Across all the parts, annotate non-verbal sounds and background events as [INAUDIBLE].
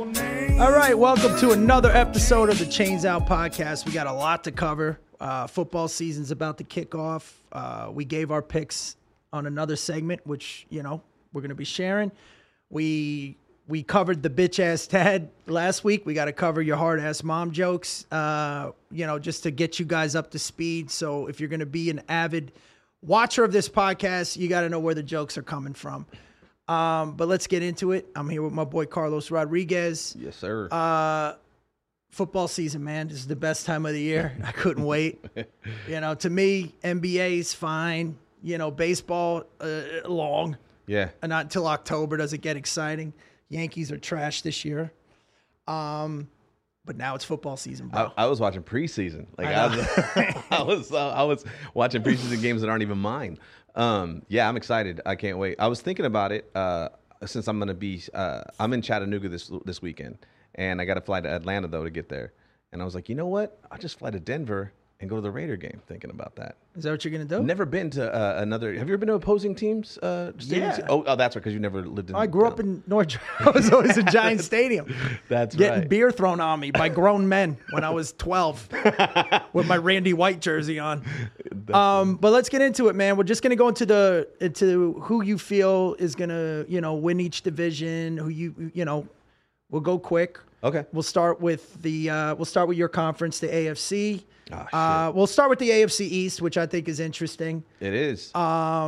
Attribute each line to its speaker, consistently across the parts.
Speaker 1: All right, welcome to another episode of the Chains Out podcast. We got a lot to cover. Uh, football season's about to kick off. Uh, we gave our picks on another segment, which you know we're going to be sharing. We we covered the bitch ass dad last week. We got to cover your hard ass mom jokes. Uh, you know, just to get you guys up to speed. So if you're going to be an avid watcher of this podcast, you got to know where the jokes are coming from. Um, but let's get into it. I'm here with my boy Carlos Rodriguez.
Speaker 2: Yes, sir.
Speaker 1: Uh, Football season, man, this is the best time of the year. I couldn't wait. you know, to me, NBA's fine. You know, baseball uh, long,
Speaker 2: yeah.
Speaker 1: and not until October does it get exciting. Yankees are trash this year. Um, but now it's football season, bro.
Speaker 2: I, I was watching preseason. Like I, was, [LAUGHS] I was, uh, I was watching preseason games that aren't even mine. Um, yeah, I'm excited. I can't wait. I was thinking about it uh, since I'm gonna be. Uh, I'm in Chattanooga this this weekend, and I got to fly to Atlanta though to get there. And I was like, you know what? I'll just fly to Denver and go to the Raider game. Thinking about that.
Speaker 1: Is that what you're gonna do?
Speaker 2: Never been to uh, another. Have you ever been to opposing teams? Uh, stadiums?
Speaker 1: Yeah.
Speaker 2: Oh, oh, that's right. Because you never lived in.
Speaker 1: I grew up in North. [LAUGHS] I was always a Giant Stadium.
Speaker 2: That's
Speaker 1: getting
Speaker 2: right.
Speaker 1: beer thrown on me by grown men when I was
Speaker 2: [LAUGHS]
Speaker 1: 12 with my Randy White jersey on. Um, but let's get into it, man. We're just gonna go into the into who you feel is gonna you know win each division. Who you you know, we'll go quick.
Speaker 2: Okay.
Speaker 1: We'll start with the uh, we'll start with your conference, the AFC.
Speaker 2: Ah, shit.
Speaker 1: uh, we'll start with the AFC East, which I think is interesting
Speaker 2: It is.
Speaker 1: Uh,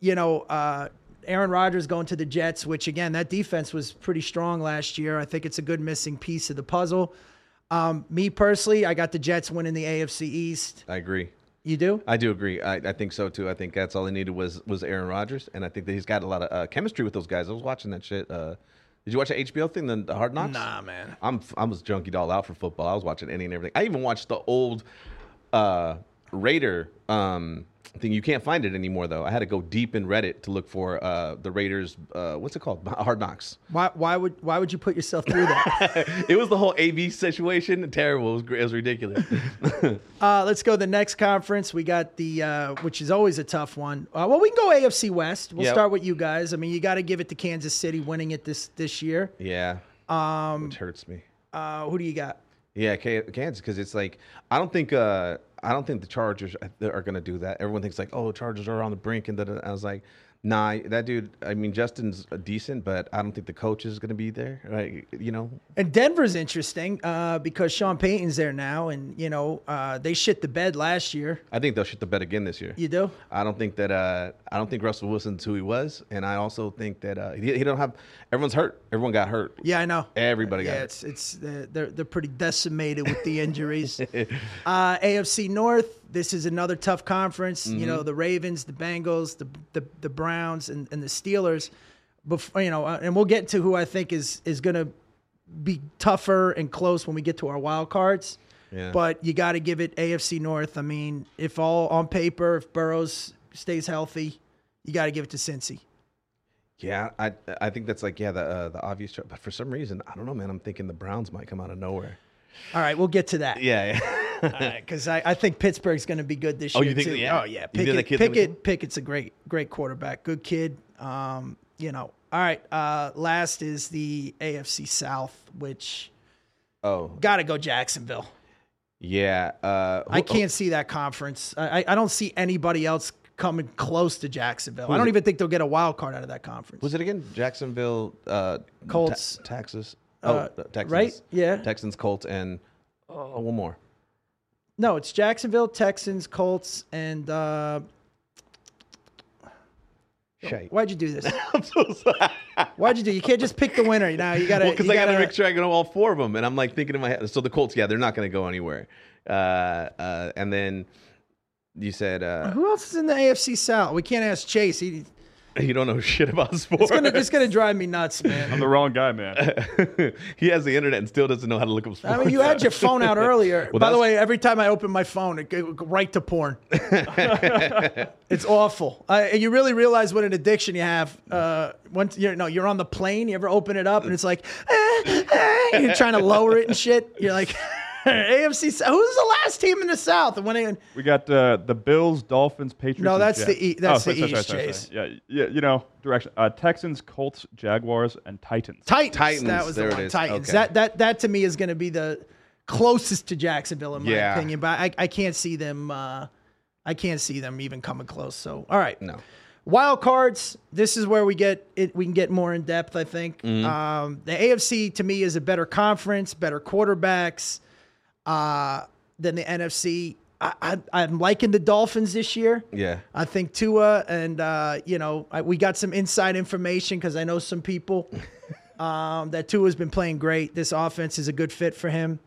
Speaker 1: you know, uh, Aaron Rodgers going to the Jets, which again, that defense was pretty strong last year. I think it's a good missing piece of the puzzle. Um, me personally, I got the Jets winning the AFC East.
Speaker 2: I agree.
Speaker 1: You do?
Speaker 2: I do agree. I, I think so too. I think that's all he needed was was Aaron Rodgers, and I think that he's got a lot of uh, chemistry with those guys. I was watching that shit. Uh, did you watch the HBO thing, the, the Hard Knocks?
Speaker 1: man.
Speaker 2: I'm I was junkied all out for football. I was watching any and everything. I even watched the old uh, Raider um, thing. You can't find it anymore though. I had to go deep in Reddit to look for uh, the Raiders. Uh, what's it called? [LAUGHS] Hard Knocks.
Speaker 1: Why, why would why would you put yourself through that?
Speaker 2: it was the whole AV situation. Terrible. It was, gr- it was ridiculous. [LAUGHS]
Speaker 1: uh, let's go to the next conference. We got the uh, which is always a tough one. Uh, well, we can go AFC West. We'll
Speaker 2: Yeah.
Speaker 1: start with you guys. I mean, you got to give it to Kansas City winning it this this year.
Speaker 2: yeah. Um, which hurts me.
Speaker 1: Uh, who do you got?
Speaker 2: Yeah, K- Kansas, because it's like I don't think uh, I don't think the Chargers uh, are going to do that. Everyone thinks like, oh, Chargers are on the brink, and then I was like, nah, that dude. I mean, Justin's uh, decent, but I don't think the coach is going to be there. Like, you know,
Speaker 1: And Denver's interesting uh, because Sean Payton's there now, and you know uh, they shit the bed last year.
Speaker 2: I think they'll shit the bed again this year.
Speaker 1: You do?
Speaker 2: I don't think that uh, I don't think Russell Wilson's who he was, and I also think that uh, he, he don't have. Everyone's hurt. Everyone got hurt.
Speaker 1: Yeah, I know.
Speaker 2: Everybody
Speaker 1: yeah,
Speaker 2: got it.
Speaker 1: it's it's they're they're, they're pretty decimated with the
Speaker 2: [LAUGHS]
Speaker 1: injuries. uh, AFC North. This is another tough conference. You
Speaker 2: Mm-hmm.
Speaker 1: know the Ravens, the Bengals, the the, the Browns, and, and the Steelers. Before you know, uh, and we'll get to who I think is is going to be tougher and close when we get to our wild cards.
Speaker 2: Yeah.
Speaker 1: But you got to give it AFC North. I mean, if all on paper, if Burrows stays healthy, you got to give it to Cincy.
Speaker 2: Yeah, I I think that's like yeah the uh, the obvious. Cho- but for some reason, I don't know, man. I'm thinking the Browns might come out of nowhere.
Speaker 1: All right, we'll get to that.
Speaker 2: Yeah. yeah.
Speaker 1: because Uh, I, I think Pittsburgh's going to be good this
Speaker 2: Oh,
Speaker 1: year.
Speaker 2: you think-
Speaker 1: too.
Speaker 2: yeah.
Speaker 1: Oh, yeah.
Speaker 2: You think that
Speaker 1: Pickett,
Speaker 2: kid's gonna be
Speaker 1: Pickett, Pickett's a great, great quarterback. Good kid. Um, you know. All right. Uh, last is the AFC South, which
Speaker 2: [LAUGHS] oh,
Speaker 1: got to go Jacksonville.
Speaker 2: Yeah, uh,
Speaker 1: I
Speaker 2: who-
Speaker 1: can't see that conference. I, I- I don't see anybody else coming close to Jacksonville. I
Speaker 2: is
Speaker 1: don't
Speaker 2: it?
Speaker 1: even think they'll get a wild card out of that conference.
Speaker 2: Was it again? Jacksonville uh,
Speaker 1: Colts.
Speaker 2: Ta- Texas. Oh,
Speaker 1: Uh,
Speaker 2: the Texans.
Speaker 1: right? Yeah.
Speaker 2: Texans, Colts, and oh, one more.
Speaker 1: no, it's Jacksonville, Texans, Colts, and uh,
Speaker 2: Shite.
Speaker 1: why'd you do this?
Speaker 2: [LAUGHS] I'm so sorry.
Speaker 1: Why'd you do? You can't just pick the winner. Now you got to.
Speaker 2: [LAUGHS] Well, because I got to make sure I know all four of them, and I'm like thinking in my head. So the Colts, yeah, they're not going to go anywhere. Uh, uh, and then you said uh, [LAUGHS]
Speaker 1: Who else is in the AFC South? We can't ask Chase. He,
Speaker 2: you don't know shit about sports.
Speaker 1: it's gonna it's gonna drive me nuts, man.
Speaker 3: I'm the wrong guy, man.
Speaker 2: [LAUGHS] he has the internet and still doesn't know how to look up
Speaker 1: I
Speaker 2: sports.
Speaker 1: mean, you had your phone out earlier. By the
Speaker 2: that's-
Speaker 1: way, every time I open my phone, it goes right to porn. it's awful. I, and you really realize what an addiction you have. Uh, once you're no, you're on "Ah, the plane. You ever open it up and it's like [LAUGHS] eh, eh, you're trying to lower it and shit. You're like, AFC. Sou- Who's the last team in the South? When they,
Speaker 3: We got uh, the Bills, Dolphins, Patriots.
Speaker 1: No,
Speaker 3: and
Speaker 1: that's the
Speaker 3: Jets.
Speaker 1: E- that's the
Speaker 3: sorry, sorry,
Speaker 1: East,
Speaker 3: sorry, sorry,
Speaker 1: Chase.
Speaker 3: sorry. Yeah, yeah, you know, direction. Uh, Texans, Colts, Jaguars, and Titans.
Speaker 1: Titans.
Speaker 2: Titans,
Speaker 1: That was
Speaker 2: there
Speaker 1: the
Speaker 2: it
Speaker 1: one.
Speaker 2: is.
Speaker 1: Titans.
Speaker 2: Okay.
Speaker 1: That that that to me is going to be the closest to Jacksonville in my
Speaker 2: Yeah.
Speaker 1: opinion. But I, I can't see them. Uh, I can't see them even coming close. So all right.
Speaker 2: [LAUGHS] No.
Speaker 1: Wild cards. This is where we get it. We can get more in depth. I think
Speaker 2: Mm-hmm.
Speaker 1: um, the AFC to me is a better conference, better quarterbacks uh, than the NFC. I, I, I'm liking the Dolphins this year.
Speaker 2: Yeah.
Speaker 1: I think Tua and uh, you know I, we got some inside information because I know some people um, that Tua's been playing great. This offense is a good fit for him.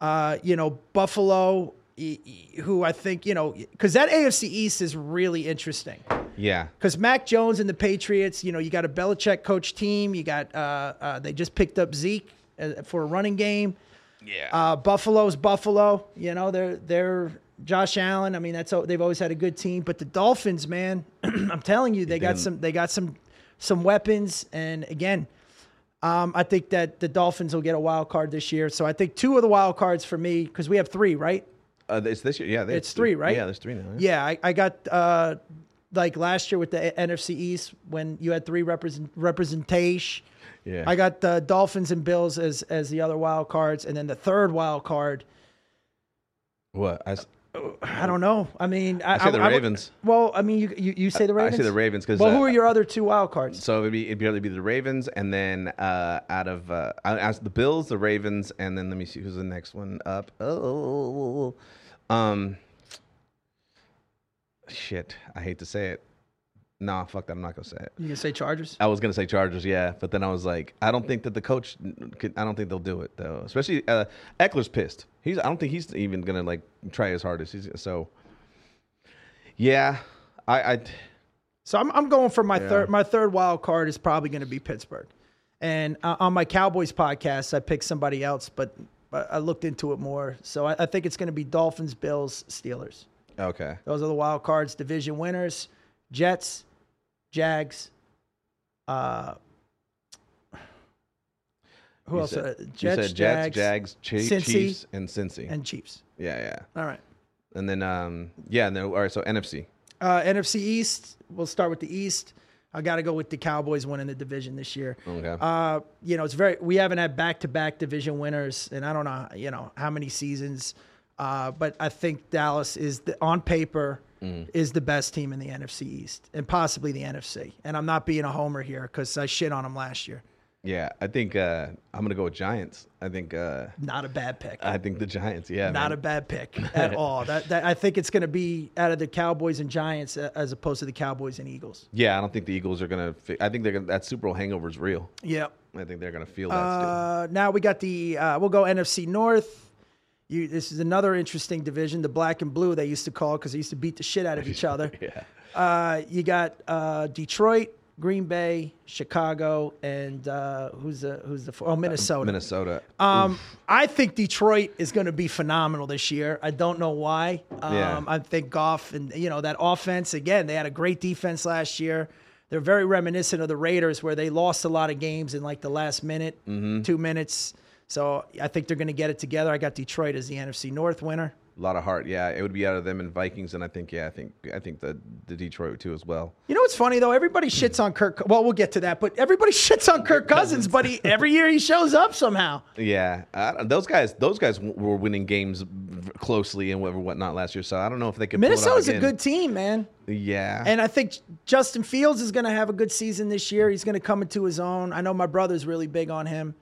Speaker 1: Uh, you know Buffalo, e- e- who I think you know because that AFC East is really interesting
Speaker 2: Yeah.
Speaker 1: because Mac Jones and the Patriots. You know you got a Belichick coach team. You got uh, uh, they just picked up Zeke uh, for a running game.
Speaker 2: Yeah.
Speaker 1: Uh, Buffalo's Buffalo. You know, they're they're Josh Allen. I mean, that's al- they've always had a good team. But the Dolphins, man, [CLEARS THROAT] I'm telling you, they got
Speaker 2: didn't-
Speaker 1: some they got some some weapons. And again, um, I think that the Dolphins will get a wild card this year. So I think two of the wild cards for me because we have three, right?
Speaker 2: Uh, it's this year. Yeah. there's
Speaker 1: It's three, right?
Speaker 2: Yeah, there's three now.
Speaker 1: Yeah,
Speaker 2: Yeah.
Speaker 1: I, I got uh, like last year with the NFC East when you had three represent representation.
Speaker 2: Yeah.
Speaker 1: I got the Dolphins and Bills as as the other wild cards, and then the third wild card.
Speaker 2: What? I, s-
Speaker 1: I don't know. I mean, I,
Speaker 2: I say the
Speaker 1: I- I-
Speaker 2: Ravens.
Speaker 1: well, I mean, you you, you say the
Speaker 2: I
Speaker 1: Ravens.
Speaker 2: say the Ravens uh, because
Speaker 1: Well, who are your other two wild cards?
Speaker 2: So it'd be it'd probably be the Ravens, and then uh, out of uh, out- out- the Bills, the Ravens, and then let me see who's the next one up. Oh, um, shit! I hate to say it. Nah, fuck that. I'm not gonna say it.
Speaker 1: You can say Chargers.
Speaker 2: I was gonna say Chargers, yeah, but then I was like, I don't think that the coach, could, I don't think they'll do it though. Especially uh, Eckler's pissed. He's, I don't think he's even gonna like try his hardest. He's so, yeah, I, I
Speaker 1: So I'm I'm going for my third. My third wild card is probably going to be Pittsburgh. And uh, on my Cowboys podcast, I picked somebody else, but I I looked into it more. So I, I think it's going to be Dolphins, Bills, Steelers.
Speaker 2: okay.
Speaker 1: Those are the wild cards. Division winners: Jets, Jags. Uh, who
Speaker 2: You
Speaker 1: else?
Speaker 2: said-
Speaker 1: Uh,
Speaker 2: you
Speaker 1: Jets,
Speaker 2: said
Speaker 1: Jags,
Speaker 2: Jets, Jags, Chi-
Speaker 1: Cincy,
Speaker 2: Chiefs, and Cincy.
Speaker 1: and Chiefs.
Speaker 2: yeah, yeah.
Speaker 1: All right.
Speaker 2: And then, um, yeah, and then, all right, so NFC.
Speaker 1: Uh, NFC East. We'll start with the East. I got to go with the Cowboys winning the division this year.
Speaker 2: Okay.
Speaker 1: Uh, you know, it's very. We haven't had back-to-back division winners, and I don't know, you know, how many seasons. Uh, but I think Dallas is the, on paper
Speaker 2: Mm.
Speaker 1: is the best team in the NFC East and possibly the NFC. And I'm not being a homer here because I shit on them last year.
Speaker 2: yeah, I think uh, I'm going to go with Giants. I think uh,
Speaker 1: Not a bad pick.
Speaker 2: I think the Giants, yeah.
Speaker 1: not
Speaker 2: man.
Speaker 1: a bad
Speaker 2: [LAUGHS]
Speaker 1: pick at all. That, that I think it's going to be out of the Cowboys and Giants uh, as opposed to the Cowboys and Eagles.
Speaker 2: yeah, I don't think the Eagles are going to. Fi- I think they're gonna, that Super Bowl hangover is real.
Speaker 1: Yeah.
Speaker 2: I think they're going to feel that still.
Speaker 1: Uh, now we got the uh, we'll go NFC North. You, this is another interesting division, the black and blue they used to call because they used to beat the shit out of each other.
Speaker 2: [LAUGHS] Yeah.
Speaker 1: Uh, you got uh, Detroit, Green Bay, Chicago, and uh, who's the who's the oh Minnesota.
Speaker 2: Minnesota.
Speaker 1: Um, I think Detroit is going to be phenomenal this year. I don't know why. Um,
Speaker 2: Yeah.
Speaker 1: I think Goff and you know that offense again. They had a great defense last year. They're very reminiscent of the Raiders, where they lost a lot of games in like the last minute,
Speaker 2: Mm-hmm.
Speaker 1: two minutes. So I think they're going to get it together. I got Detroit as the NFC North winner.
Speaker 2: a lot of heart. Yeah, it would be out of them and Vikings. And I think, yeah, I think I think the, the Detroit too as well.
Speaker 1: You know what's funny though? Everybody
Speaker 2: Hmm.
Speaker 1: shits on Kirk. Well, we'll get to that, but everybody [LAUGHS] shits on Kirk Cousins. But he, every year he shows up somehow.
Speaker 2: Yeah, I, don't- those guys, those guys w- were winning games v- closely and whatever whatnot last year. So I don't know if they could. pull it off
Speaker 1: Minnesota's a
Speaker 2: again.
Speaker 1: good team, man.
Speaker 2: Yeah,
Speaker 1: And I think Justin Fields is going to have a good season this year. He's going to come into his own. I know my brother's really big on him.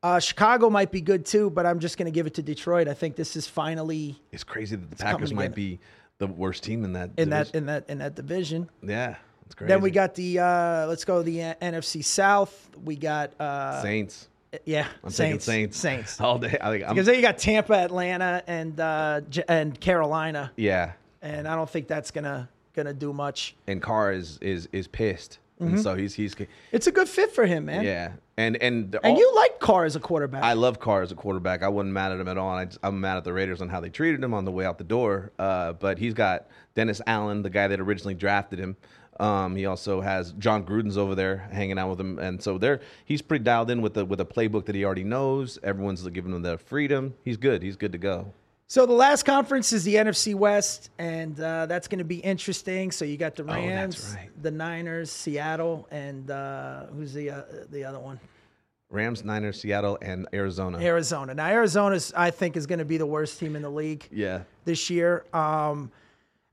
Speaker 1: Uh, Chicago might be good too, but I'm just going to give it to Detroit. I think this is finally
Speaker 2: it's crazy that the
Speaker 1: coming
Speaker 2: Packers might
Speaker 1: together.
Speaker 2: be the worst team in that.
Speaker 1: in that
Speaker 2: division.
Speaker 1: in that in that division.
Speaker 2: yeah, it's crazy.
Speaker 1: Then we got the uh, let's go to the uh, NFC South. We got uh,
Speaker 2: Saints.
Speaker 1: yeah
Speaker 2: I'm taking
Speaker 1: Saints
Speaker 2: Saints. Um,
Speaker 1: Saints
Speaker 2: all day. I think I'm,
Speaker 1: because then you got Tampa, Atlanta, and uh, J- and Carolina,
Speaker 2: yeah,
Speaker 1: and I don't think that's gonna gonna do much.
Speaker 2: and Carr is is is pissed,
Speaker 1: Mm-hmm.
Speaker 2: and so he's he's
Speaker 1: It's a good fit for him, man.
Speaker 2: yeah, and and the-
Speaker 1: And
Speaker 2: all-
Speaker 1: you like Carr as a quarterback.
Speaker 2: I love Carr as a quarterback. I wasn't mad at him at all. And I just, I'm mad at the Raiders on how they treated him on the way out the door. Uh, but he's got Dennis Allen, the guy that originally drafted him, Um, he also has John Gruden's over there hanging out with him, and so there he's pretty dialed in with the with a playbook that he already knows. Everyone's giving him the freedom. He's good. He's good to go.
Speaker 1: So the last conference is the NFC West, and uh, that's going to be interesting. So you got the
Speaker 2: Oh, that's
Speaker 1: Rams,
Speaker 2: right.
Speaker 1: the Niners, Seattle, and uh, who's the uh, the other one?
Speaker 2: Rams, Niners, Seattle, and Arizona.
Speaker 1: Arizona. Now Arizona's, I think, is going to be the worst team in the league
Speaker 2: yeah,
Speaker 1: this year. Um,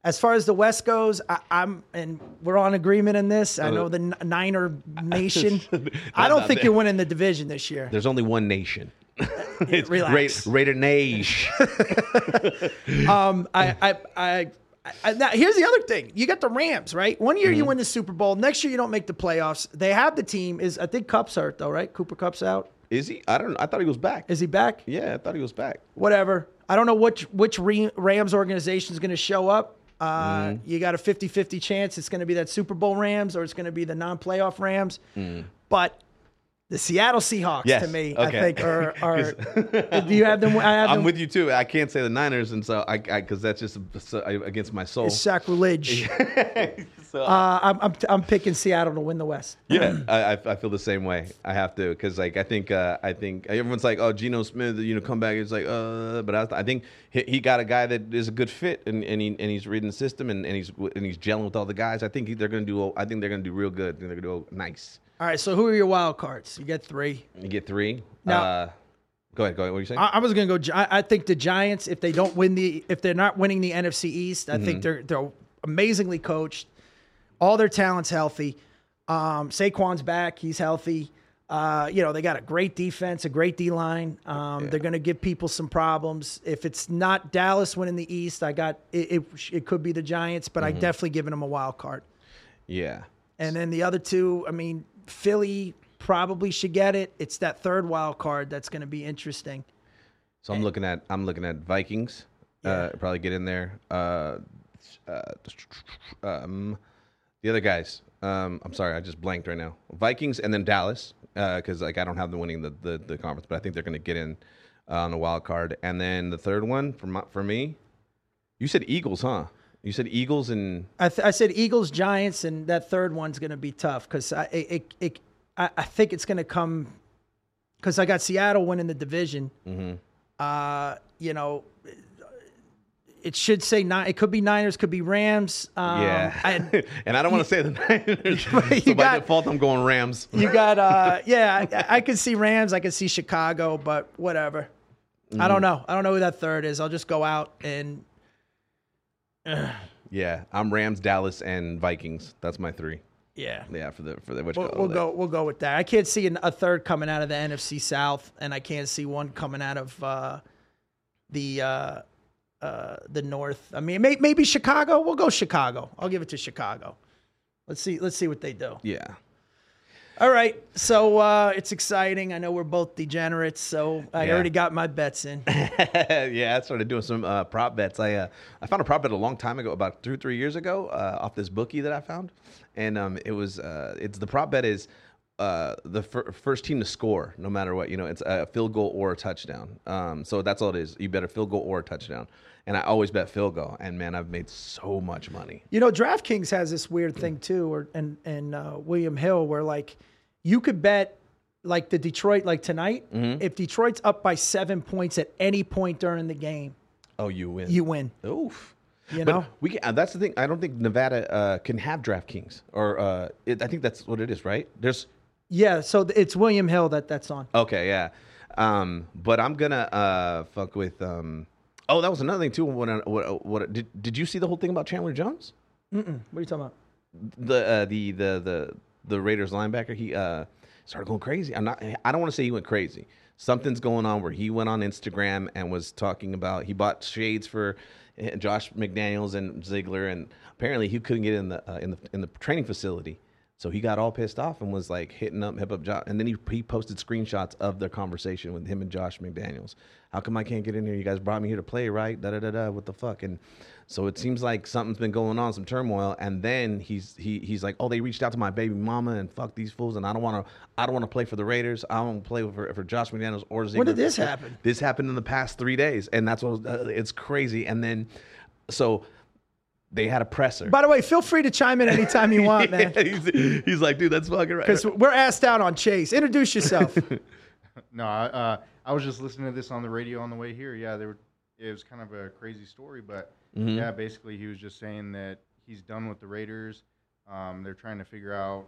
Speaker 1: as far as the West goes, I, I'm and we're on agreement in this. I know the N-
Speaker 2: [LAUGHS]
Speaker 1: Niner Nation. I don't
Speaker 2: Uh, Not
Speaker 1: think
Speaker 2: that-
Speaker 1: you're winning the division this year.
Speaker 2: there's only one nation. it's
Speaker 1: relax.
Speaker 2: Ra- Raider Nation. [LAUGHS]
Speaker 1: I, I, I, I now, here's the other thing. You got the Rams, right? One year
Speaker 2: Mm-hmm.
Speaker 1: you win the Super Bowl, next year you don't make the playoffs. They have the team. Is I think Cup's hurt though, right? Cooper Cup's out.
Speaker 2: Is he? I don't. know. I thought he was back.
Speaker 1: Is he back?
Speaker 2: yeah, I thought he was back.
Speaker 1: Whatever. I don't know which which re- Rams organization is going to show up. Uh,
Speaker 2: Mm-hmm.
Speaker 1: You got a 50-50 chance. It's going to be that Super Bowl Rams or it's going to be the non-playoff Rams. But the Seattle Seahawks
Speaker 2: Mm-hmm. Yes.
Speaker 1: to me, I
Speaker 2: Okay.
Speaker 1: think are
Speaker 2: [LAUGHS]
Speaker 1: are. [LAUGHS] do you have them? I have
Speaker 2: I'm
Speaker 1: them-
Speaker 2: with you too. I can't say the Niners, and so I because that's just so- against my soul.
Speaker 1: it's sacrilege.
Speaker 2: So-
Speaker 1: uh, I'm, I'm I'm picking Seattle to win the West.
Speaker 2: Yeah, I, I- I feel the same way. I have to because like I think uh, I think everyone's like, oh, Geno Smith, you know, come back. It's like, uh, but I, I think he, he got a guy that is a good fit, and and, he, and he's reading the system, and, and he's and he's gelling with all the guys. I think he, they're gonna do. I think they're gonna do real good. I think they're gonna do nice.
Speaker 1: All right, so who are your wild cards? You got three.
Speaker 2: You get three.
Speaker 1: Now-
Speaker 2: uh, go ahead. Go ahead. What are you saying?
Speaker 1: I, I was gonna go. Gi- I, I think the Giants, if they don't win the, if they're not winning the NFC East, I think they're they're amazingly coached. All their talents healthy. Um, Saquon's back. He's healthy. Uh, you know they got a great defense, a great D line. Um, They're going to give people some problems. If it's not Dallas winning the East, I got it. It, it could be the Giants, but I definitely giving them a wild card.
Speaker 2: yeah.
Speaker 1: And then the other two, I mean, Philly probably should get it. It's that third wild card that's going to be interesting.
Speaker 2: So I'm looking at I'm looking at Vikings. Uh, probably get in there. Uh, uh, um, the other guys. Um, I'm sorry, I just blanked right now. Vikings and then Dallas because like I don't have them winning the, the, the conference, but I think they're going to get in uh, on a wild card. And then the third one for my, for me, you said Eagles, huh? You said Eagles and [LAUGHS]
Speaker 1: I, th- I said Eagles, Giants, and that third one's going to be tough because I it, it, it I, I think it's going to come because I got Seattle winning the division. Uh, you know, it should say nine. It could be Niners, could be Rams. Um,
Speaker 2: yeah,
Speaker 1: and
Speaker 2: and I don't want to say the
Speaker 1: [LAUGHS]
Speaker 2: Niners, so
Speaker 1: you
Speaker 2: by
Speaker 1: got-
Speaker 2: default I'm going Rams.
Speaker 1: You got uh yeah, I, I could see Rams, I could see Chicago, but whatever. I
Speaker 2: Mm.
Speaker 1: don't know. I don't know who that third is. I'll just go out and
Speaker 2: Yeah, I'm Rams, Dallas, and Vikings. That's my three.
Speaker 1: yeah.
Speaker 2: Yeah, for the for the which
Speaker 1: We'll,
Speaker 2: color
Speaker 1: we'll
Speaker 2: they-
Speaker 1: go we'll go with that. I can't see an, a third coming out of the NFC South and I can't see one coming out of uh the uh uh the North. I mean may, maybe Chicago. We'll go Chicago. I'll give it to Chicago. Let's see let's see what they do.
Speaker 2: Yeah.
Speaker 1: All right. So uh it's exciting. I know we're both degenerates, so I
Speaker 2: Yeah.
Speaker 1: already got my bets in.
Speaker 2: yeah, I started doing some uh, prop bets. I uh, I found a prop bet a long time ago, about two three years ago, uh, off this bookie that I found, and um, it was uh, it's the prop bet is uh, the fir- first team to score, no matter what. You know, it's a field goal or a touchdown. Um, so that's all it is. You bet a field goal or a touchdown, and I always bet field goal. And man, I've made so much money.
Speaker 1: You know, DraftKings has this weird thing too, or and and uh, William Hill, where like you could bet like the Detroit like tonight, if Detroit's up by seven points at any point during the game,
Speaker 2: Oh, you win.
Speaker 1: you win.
Speaker 2: Oof.
Speaker 1: You
Speaker 2: But
Speaker 1: know?
Speaker 2: we can, uh, that's the thing. I don't think Nevada uh, can have DraftKings, or uh, it, I think that's what it is, right? There's
Speaker 1: Yeah, so th- it's William Hill that that's on.
Speaker 2: Okay, yeah. Um, but I'm gonna uh, fuck with. Um, oh, that was another thing too. What, what, what did did you see the whole thing about Chandler Jones?
Speaker 1: What are you talking about?
Speaker 2: The uh, the the the the Raiders linebacker. He uh, started going crazy. I'm not. I don't want to say he went crazy. Something's going on where he went on Instagram and was talking about he bought shades for uh, Josh McDaniels and Ziegler, and apparently he couldn't get in the uh, in the in the training facility. So he got all pissed off and was like hitting up hip up Josh. And then he, he posted screenshots of their conversation with him and Josh McDaniels. How come I can't get in here? You guys brought me here to play, right? Da da da da. What the fuck? And so it seems like something's been going on, some turmoil. And then he's he he's like, oh, they reached out to my baby mama and fuck these fools. And I don't want to I don't want to play for the Raiders. I don't want to play for, for Josh McDaniels or Ziegler.
Speaker 1: did this happen?
Speaker 2: This happened in the past three days, and that's what uh, it's crazy. And then so They had a presser.
Speaker 1: By the way, feel free to chime in anytime you
Speaker 2: [LAUGHS]
Speaker 1: want, man.
Speaker 2: he's, he's like, dude, that's fucking right.
Speaker 1: Because we're asked out on Chase. Introduce yourself.
Speaker 4: No, I, uh, I was just listening to this on the radio on the way here. Yeah, they were. It was kind of a crazy story, but
Speaker 1: Mm-hmm.
Speaker 4: yeah, basically he was just saying that he's done with the Raiders. Um, they're trying to figure out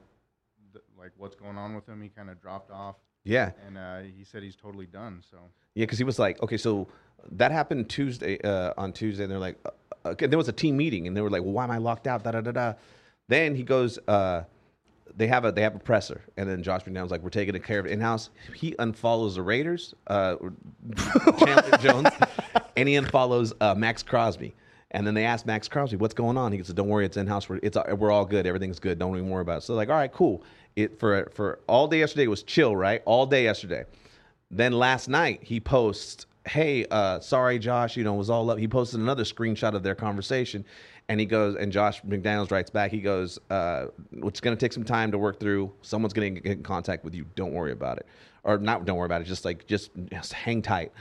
Speaker 4: th- like what's going on with him. He kind of dropped off,
Speaker 2: Yeah,
Speaker 4: and uh, he said he's totally done. So
Speaker 2: yeah, because he was like, okay, so that happened Tuesday uh, on Tuesday, and they're like, uh, okay, there was a team meeting, and they were like, well, why am I locked out? Da da da da. Then he goes, uh, they have a they have a presser, and then Josh McDowell's like, we're taking care of it in house. He unfollows the Raiders, uh, Chandler Jones, and he unfollows uh, Max Crosby. And then they asked Max Crosby, "What's going on?" He goes, "Don't worry, it's in house. We're, it's we're all good. Everything's good. Don't even worry about it." So like, all right, cool. It for for all day yesterday was chill, right? All day yesterday. Then last night he posts, "Hey, uh, sorry, Josh. You know, it was all up." He posted another screenshot of their conversation, and he goes, and Josh McDaniels writes back. He goes, uh, "It's going to take some time to work through. Someone's going to get in contact with you. Don't worry about it, or not. Don't worry about it. Just like just, just hang tight."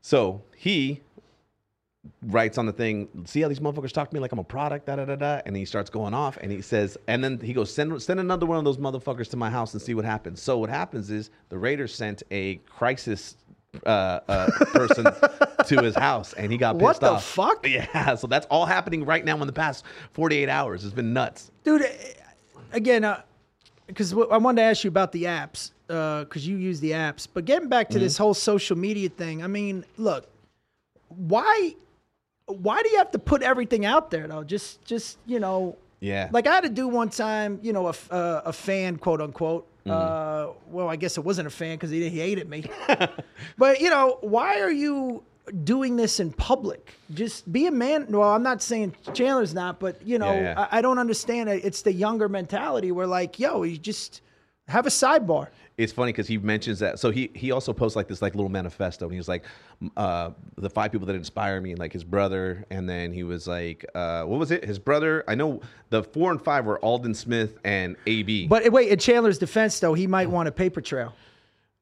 Speaker 2: So he writes on the thing, see how these motherfuckers talk to me like I'm a product, da da da da. And he starts going off and he says, and then he goes, send send another one of those motherfuckers to my house and see what happens. So what happens is the Raiders sent a crisis uh, uh,
Speaker 1: [LAUGHS]
Speaker 2: person to his house and he got pissed
Speaker 1: What the
Speaker 2: off.
Speaker 1: fuck?
Speaker 2: [LAUGHS] Yeah, so that's all happening right now in the past 48 hours. It's been nuts.
Speaker 1: Dude, eh, again, because I wanted to ask you about the apps, because you use the apps. But getting back to this whole social media thing, I mean, look, why, why do you have to put everything out there though? Just, just you know,
Speaker 2: Yeah.
Speaker 1: Like I had to do one time, you know, a f- uh, a fan quote unquote. Uh, well, I guess it wasn't a fan because he he hated me. [LAUGHS] but you know, why are you doing this in public? Just be a man. Well, I'm not saying Chandler's not, but you know,
Speaker 2: Yeah, yeah.
Speaker 1: I, I don't understand. it. It's the younger mentality where like, yo, you just have a sidebar.
Speaker 2: it's funny because he mentions that. So he he also posts like this like little manifesto, and he was like, m- uh, the five people that inspire me, and like his brother, and then he was like, uh, what was it? His brother. I know the four and five were Alden Smith and AB.
Speaker 1: But eh, wait, in Chandler's defense though, he might want a paper trail.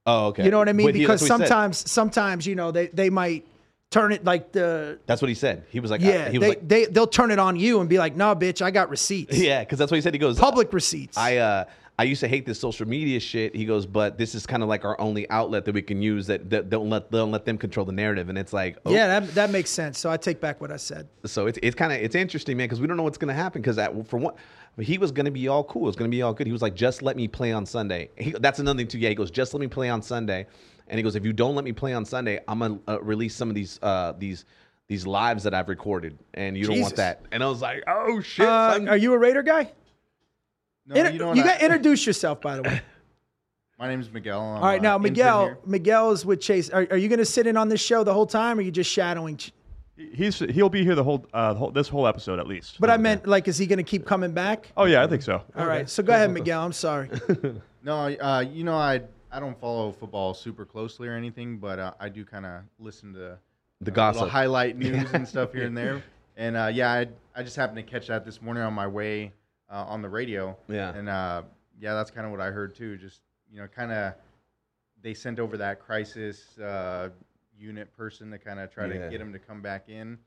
Speaker 2: oh, okay.
Speaker 1: You know what I mean?
Speaker 2: But he-
Speaker 1: because
Speaker 2: that's what he said.
Speaker 1: sometimes, sometimes you know, they they might turn it like the
Speaker 2: that's what he said. He was like, yeah,
Speaker 1: Yeah,
Speaker 2: he was
Speaker 1: they,
Speaker 2: like,
Speaker 1: they they'll turn it on you and be like, "No, bitch, I got receipts,
Speaker 2: yeah, because that's what he said. He goes,
Speaker 1: public receipts."
Speaker 2: I uh, I used to hate this social media shit. He goes, but this is kind of like our only outlet that we can use. That, that don't let don't let them control the narrative. And it's like, oh,
Speaker 1: yeah, that that makes sense. So I take back what I said.
Speaker 2: so it's it's kind of it's interesting, man, because we don't know what's gonna happen. Because for one, he was gonna be all cool. It was gonna be all good. He was like, just let me play on Sunday. He, that's another thing too. Yeah, he goes, just let me play on Sunday. And he goes, if you don't let me play on Sunday, I'm gonna uh, release some of these uh, these these lives that I've recorded, and you don't want
Speaker 1: Jesus.
Speaker 2: that. And I was like, oh shit.
Speaker 1: Uh,
Speaker 2: son.
Speaker 1: are you a Raider guy?
Speaker 4: no,
Speaker 1: Inter-
Speaker 4: you
Speaker 1: you
Speaker 4: know what I-
Speaker 1: got introduce yourself, by the way.
Speaker 4: My name's Miguel. I'm,
Speaker 1: All right,
Speaker 4: uh,
Speaker 1: now
Speaker 4: intern
Speaker 1: Miguel,
Speaker 4: here.
Speaker 1: Miguel's with Chase. Are, are you going to sit in on this show the whole time, or are you just shadowing? Ch-
Speaker 3: He- He's he'll be here the whole, uh, the whole this whole episode at least.
Speaker 1: But I meant, like, is he going to keep coming back?
Speaker 3: oh yeah, I think so.
Speaker 1: All right, so go ahead, Miguel. I'm sorry.
Speaker 4: No, uh, you know I I don't follow football super closely or anything, but uh, I do kind of listen to
Speaker 2: The
Speaker 4: uh, little
Speaker 2: gossip. [LAUGHS]
Speaker 4: highlight news and stuff here and there. And uh, yeah, I I just happened to catch that this morning on my way uh, on the radio.
Speaker 2: Yeah.
Speaker 4: And uh, yeah, that's kind of what I heard too. Just you know, kind of they sent over that crisis uh, unit person to kind of try
Speaker 2: Yeah.
Speaker 4: to get him to come back in.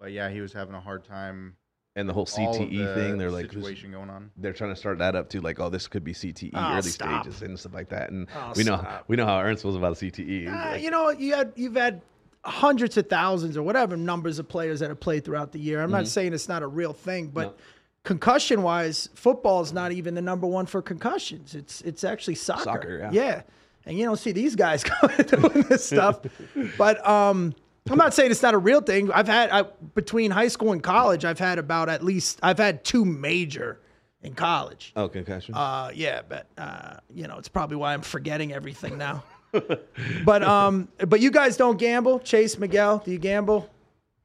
Speaker 4: But yeah, he was having a hard time.
Speaker 2: and the whole
Speaker 4: all of
Speaker 2: CTE
Speaker 4: the
Speaker 2: E thing. They're like, this-
Speaker 4: situation going on.
Speaker 2: they're trying to start that up too. Like, oh, this could be CTE
Speaker 1: Oh,
Speaker 2: early
Speaker 1: stop.
Speaker 2: stages and stuff like that. And
Speaker 1: Oh,
Speaker 2: we know
Speaker 1: stop.
Speaker 2: we know how Ernst was about E. CTE.
Speaker 1: Uh,
Speaker 2: Like,
Speaker 1: you know, you had you've had hundreds of thousands or whatever numbers of players that have played throughout the year. I'm
Speaker 2: Mm-hmm.
Speaker 1: not saying it's not a real thing, but concussion wise, football is not even the number one for concussions. It's it's actually soccer.
Speaker 2: Soccer, yeah.
Speaker 1: And you don't see these guys [LAUGHS] doing this stuff. But um I'm not saying it's not a real thing. I've had I, between high school and college, I've had about at least I've had two major in college.
Speaker 2: oh, concussion.
Speaker 1: Uh, yeah, but uh, you know, it's probably why I'm forgetting everything
Speaker 3: [LAUGHS]
Speaker 1: now. but um, but you guys don't gamble, Chase Miguel. Do you gamble?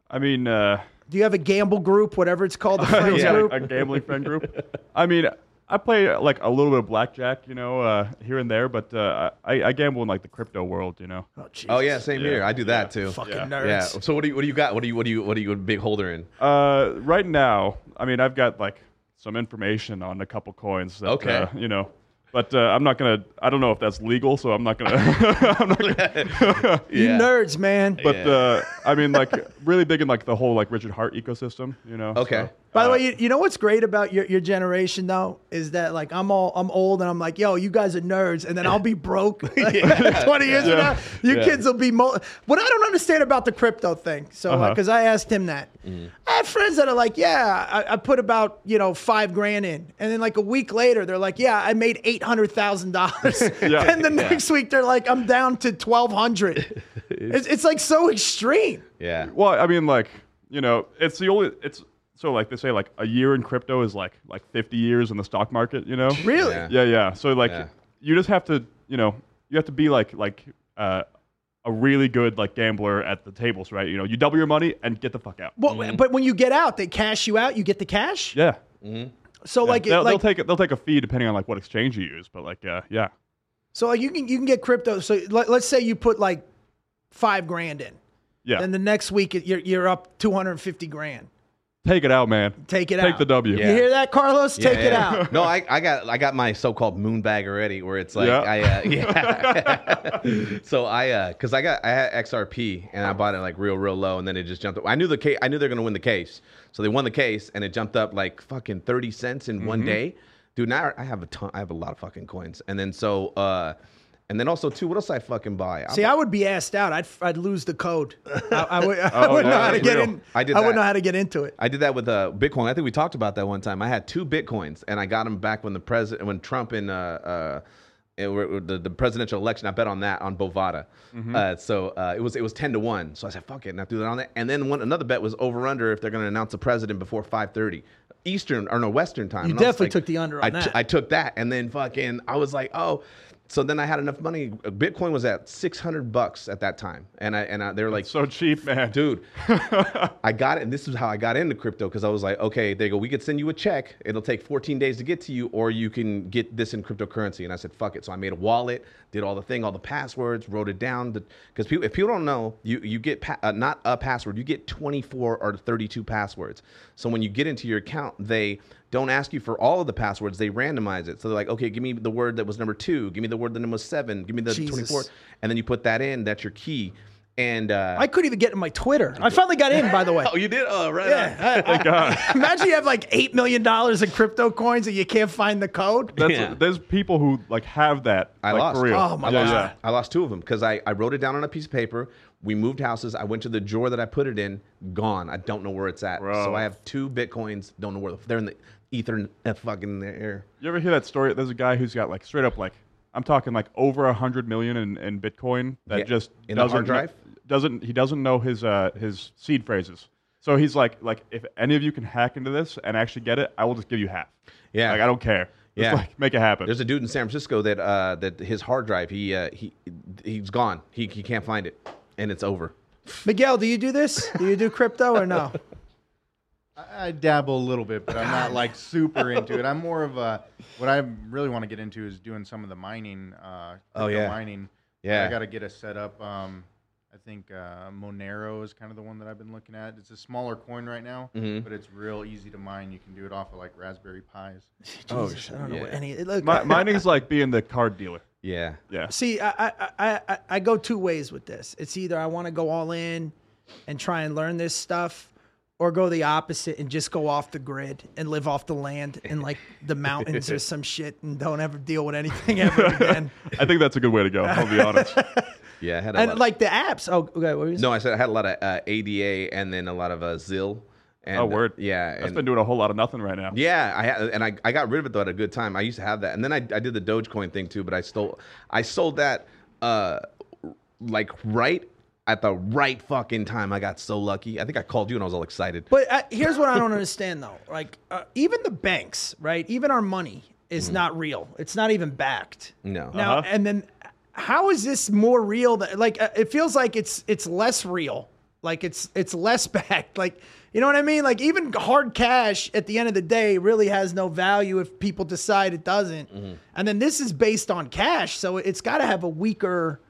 Speaker 3: I mean, uh,
Speaker 1: Do you have a gamble group, whatever it's called, the friends
Speaker 3: [LAUGHS] yeah, Oh,
Speaker 1: group?
Speaker 3: a gambling friend group. I mean, I play uh, like a little bit of blackjack, you know, uh, here and there, but uh, I, I gamble in like the crypto world, you know.
Speaker 1: oh, Jesus.
Speaker 2: oh yeah, same here. I do that too.
Speaker 1: fucking
Speaker 3: Yeah.
Speaker 2: Yeah.
Speaker 1: nerds.
Speaker 2: So what do you what do you got? What do you what do you what do you a big holder in?
Speaker 3: Uh, right now, I mean, I've got like some information on a couple coins. That,
Speaker 2: Okay.
Speaker 3: uh, you know, but uh, I'm not gonna. I don't know [LAUGHS] if that's legal, so I'm not gonna. I'm not gonna
Speaker 1: You nerds, man.
Speaker 3: but
Speaker 2: Yeah.
Speaker 3: uh, I mean, like really big in like the whole like Richard Hart ecosystem. You know.
Speaker 2: Okay.
Speaker 3: so-
Speaker 1: By the way, you, you know what's great about your, your generation though is that like I'm all I'm old and I'm like, yo, you guys are nerds, and then I'll be broke [LAUGHS] like, 20 years
Speaker 3: Yeah.
Speaker 1: from now. You
Speaker 3: Yeah.
Speaker 1: kids will be mo- what I don't understand about the crypto thing. So
Speaker 3: Uh-huh. Mm.
Speaker 1: because I asked him that, I have friends that are like, yeah, I, I put about you know five grand in, and then like a week later they're like, yeah, I made eight hundred thousand dollars,
Speaker 3: [LAUGHS] Yeah.
Speaker 1: and the next week they're like, I'm down to twelve
Speaker 3: [LAUGHS]
Speaker 1: hundred. it's, it's like so extreme.
Speaker 2: Yeah.
Speaker 3: Well, I mean, like you know, it's the only it's so like they say like a year in crypto is like like 50 years in the stock market. You know.
Speaker 1: Really?
Speaker 2: Yeah.
Speaker 3: Yeah, yeah. So like,
Speaker 2: Yeah.
Speaker 3: you just have to, you know, you have to be like like uh, a really good like gambler at the tables, right? You know, you double your money and get the fuck out.
Speaker 1: Well, But when you get out, they cash you out. You get the cash.
Speaker 3: Yeah.
Speaker 1: So like, it-
Speaker 3: they'll,
Speaker 1: like
Speaker 3: they'll take they'll take a fee depending on like what exchange you use, but like uh, yeah,
Speaker 1: So like you can you can get crypto. So let, let's say you put like five grand in,
Speaker 3: yeah.
Speaker 1: then the next week it- you're you're up two hundred and fifty grand.
Speaker 3: take it out, man.
Speaker 1: Take it out.
Speaker 3: Take the W.
Speaker 1: You
Speaker 2: Yeah.
Speaker 1: hear that, Carlos? Take it
Speaker 2: Yeah. [LAUGHS]
Speaker 1: out.
Speaker 2: No, I, I got I got my so-called moon bag already, where it's like
Speaker 3: Yeah.
Speaker 2: I uh,
Speaker 1: [LAUGHS]
Speaker 2: yeah. [LAUGHS] so I uh, cause I got I had XRP and I bought it like real real low, and then it just jumped. up. I knew the case. I knew they're gonna win the case, so they won the case, and it jumped up like fucking thirty cents in
Speaker 1: Mm-hmm.
Speaker 2: one day. Dude, now I have a ton. I have a lot of fucking coins, and then so uh, and then also too, what else I fucking buy? I
Speaker 1: See, I would be asked out. I'd I'd lose the code. I, I would [LAUGHS] I wouldn't know
Speaker 3: Oh, yeah,
Speaker 1: how to
Speaker 3: it's
Speaker 1: get
Speaker 3: real.
Speaker 1: in.
Speaker 2: I did
Speaker 1: I wouldn't
Speaker 2: that.
Speaker 1: know how to get into it.
Speaker 2: I did that with uh, Bitcoin. I think we talked about that one time. I had two Bitcoins, and I got them back when the president, when Trump and uh, uh, it were- the, the presidential election. I bet on that on Bovada.
Speaker 1: Mm-hmm.
Speaker 2: Uh, so uh, it was it was ten to one. So I said, "Fuck it," and I threw that on there. And then one another bet was over under if they're going to announce a president before five thirty. Eastern or no Western time.
Speaker 1: You
Speaker 2: And I was
Speaker 1: definitely took the under on
Speaker 2: I
Speaker 1: that.
Speaker 2: t- I took that, and then fucking, I was like, oh. So then I had enough money. Bitcoin was at six hundred bucks at that time, and I and I, they were like,
Speaker 3: So cheap, man.
Speaker 2: dude i got it and this is how i got into crypto because i was like okay they go we could send you a check it'll take 14 days to get to you or you can get this in cryptocurrency and i said fuck it so i made a wallet did all the thing all the passwords wrote it down because people, if people don't know you, you get pa- uh, not a password you get 24 or 32 passwords so when you get into your account they don't ask you for all of the passwords they randomize it so they're like okay give me the word that was number two give me the word that was seven give me the
Speaker 1: Jesus.
Speaker 2: 24 and then you put that in that's your key and uh,
Speaker 1: I couldn't even get in my Twitter. I finally got in, by the way.
Speaker 2: [LAUGHS] Oh, you did? Oh, right. on.
Speaker 1: Yeah. [LAUGHS] I- I-
Speaker 2: [LAUGHS]
Speaker 3: God.
Speaker 1: imagine you have like eight million dollars in crypto coins and you can't find the code.
Speaker 3: That's,
Speaker 2: Yeah.
Speaker 3: There's people who like have that.
Speaker 2: I
Speaker 3: like,
Speaker 2: lost.
Speaker 3: For real.
Speaker 1: Oh, my
Speaker 2: I
Speaker 1: God.
Speaker 2: lost,
Speaker 3: Yeah.
Speaker 2: I lost two of them because I, I wrote it down on a piece of paper. We moved houses. I went to the drawer that I put it in. Gone. I don't know where it's at.
Speaker 3: Bro.
Speaker 2: So I have two bitcoins. Don't know where the, they're in the ether uh, fucking in the air.
Speaker 3: You ever hear that story? There's a guy who's got like straight up like I'm talking like over a hundred million in, in Bitcoin that
Speaker 2: Yeah.
Speaker 3: just
Speaker 2: In the
Speaker 3: doesn't
Speaker 2: hard drive?
Speaker 3: kn- doesn't he doesn't know his uh, his seed phrases. So he's like like if any of you can hack into this and actually get it, I will just give you half.
Speaker 2: Yeah.
Speaker 3: like I don't care. Just
Speaker 2: Yeah.
Speaker 3: like make it happen.
Speaker 2: There's a dude in San Francisco that uh, that his hard drive he uh, he he's gone. He he can't find it, and it's over.
Speaker 1: Miguel, do you do this? Do you do crypto or
Speaker 2: [LAUGHS]
Speaker 1: no?
Speaker 4: I, I dabble a little bit, but I'm not like super into it. I'm more of a what I really want to get into is doing some of the mining. Uh,
Speaker 2: Oh,
Speaker 4: crypto
Speaker 2: yeah.
Speaker 4: mining.
Speaker 2: Yeah.
Speaker 4: I got to get a setup. Um, I think uh, Monero is kind of the one that I've been looking at. It's a smaller coin right now,
Speaker 2: Mm-hmm.
Speaker 4: but it's real easy to mine. You can do it off of like Raspberry Pis.
Speaker 2: Oh,
Speaker 1: Jesus, I don't know what
Speaker 2: yeah.
Speaker 1: any. Look,
Speaker 3: Mi- mining's like being the card dealer.
Speaker 2: Yeah.
Speaker 3: Yeah,
Speaker 1: See, I, I, I, I, I go two ways with this. It's either I want to go all in and try and learn this stuff, or go the opposite and just go off the grid and live off the land in like
Speaker 2: [LAUGHS]
Speaker 1: the mountains or some shit and don't ever deal with anything ever again.
Speaker 3: I think that's a good way to go. I'll
Speaker 2: [LAUGHS]
Speaker 3: be honest.
Speaker 2: Yeah. I had a lot
Speaker 1: and
Speaker 2: of-
Speaker 1: like the apps. Oh, okay. What were you saying?
Speaker 2: no, I said I had a lot of uh, ADA and then a lot of uh, Zill. And,
Speaker 3: oh word.
Speaker 2: Yeah.
Speaker 3: I've
Speaker 2: and-
Speaker 3: been doing a whole lot of nothing right now.
Speaker 2: Yeah, I had, and I, I got rid of it though at a good time. I used to have that, and then I, I did the Dogecoin thing too, but I stole I sold that uh like right at the right fucking time. I got so lucky. I think I called you and I was all excited.
Speaker 1: But uh, here's what I don't understand though. Like uh, even the banks, right? Even our money
Speaker 2: Mm-hmm.
Speaker 1: is not real. It's not even backed.
Speaker 2: No.
Speaker 1: Now
Speaker 3: Uh-huh.
Speaker 1: and then, how is this more real? Than, like uh, it feels like it's it's less real. Like it's it's less [LAUGHS] backed. Like you know what I mean? Like even hard cash at the end of the day really has no value if people decide it doesn't.
Speaker 2: Mm-hmm.
Speaker 1: And then this is based on cash, so it's got to have a weaker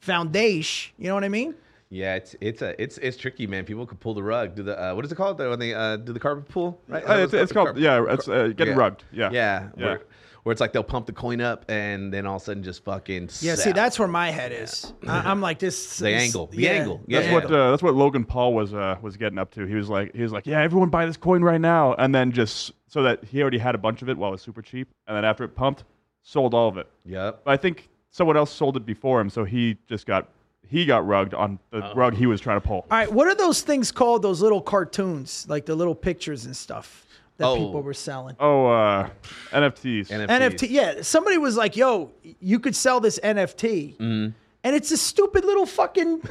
Speaker 1: foundation. You know what I mean?
Speaker 2: Yeah, it's it's a it's it's tricky, man. People could pull the rug. Do the uh, what is it called when they uh, do the carpet pull? Right?
Speaker 3: Uh, it's, it's called
Speaker 2: Carpet-
Speaker 3: yeah. It's uh, getting
Speaker 2: Yeah.
Speaker 3: rugged. Yeah.
Speaker 2: Yeah.
Speaker 3: Yeah.
Speaker 2: We're, where it's like they'll pump the coin up and then all of a sudden just fucking
Speaker 1: Yeah, see,
Speaker 2: sell.
Speaker 1: that's where my head is. I, I'm like this.
Speaker 2: [LAUGHS] the
Speaker 1: this-
Speaker 2: angle. The
Speaker 1: yeah.
Speaker 2: angle. Yeah.
Speaker 3: That's what uh, that's what Logan Paul was uh, was getting up to. He was like he was like, yeah, everyone buy this coin right now, and then just so that he already had a bunch of it while it was super cheap, and then after it pumped, sold all of it.
Speaker 2: Yep.
Speaker 3: But I think someone else sold it before him, so he just got he got rugged on the
Speaker 2: Oh.
Speaker 3: rug he was trying to pull.
Speaker 1: All right, what are those things called? Those little cartoons, like the little pictures and stuff that
Speaker 2: Oh.
Speaker 1: people were selling.
Speaker 3: Oh, uh, NFTs.
Speaker 1: NFT. Yeah, somebody was like, "Yo, you could sell this NFT,"
Speaker 3: Mm-hmm.
Speaker 1: and it's a stupid little fucking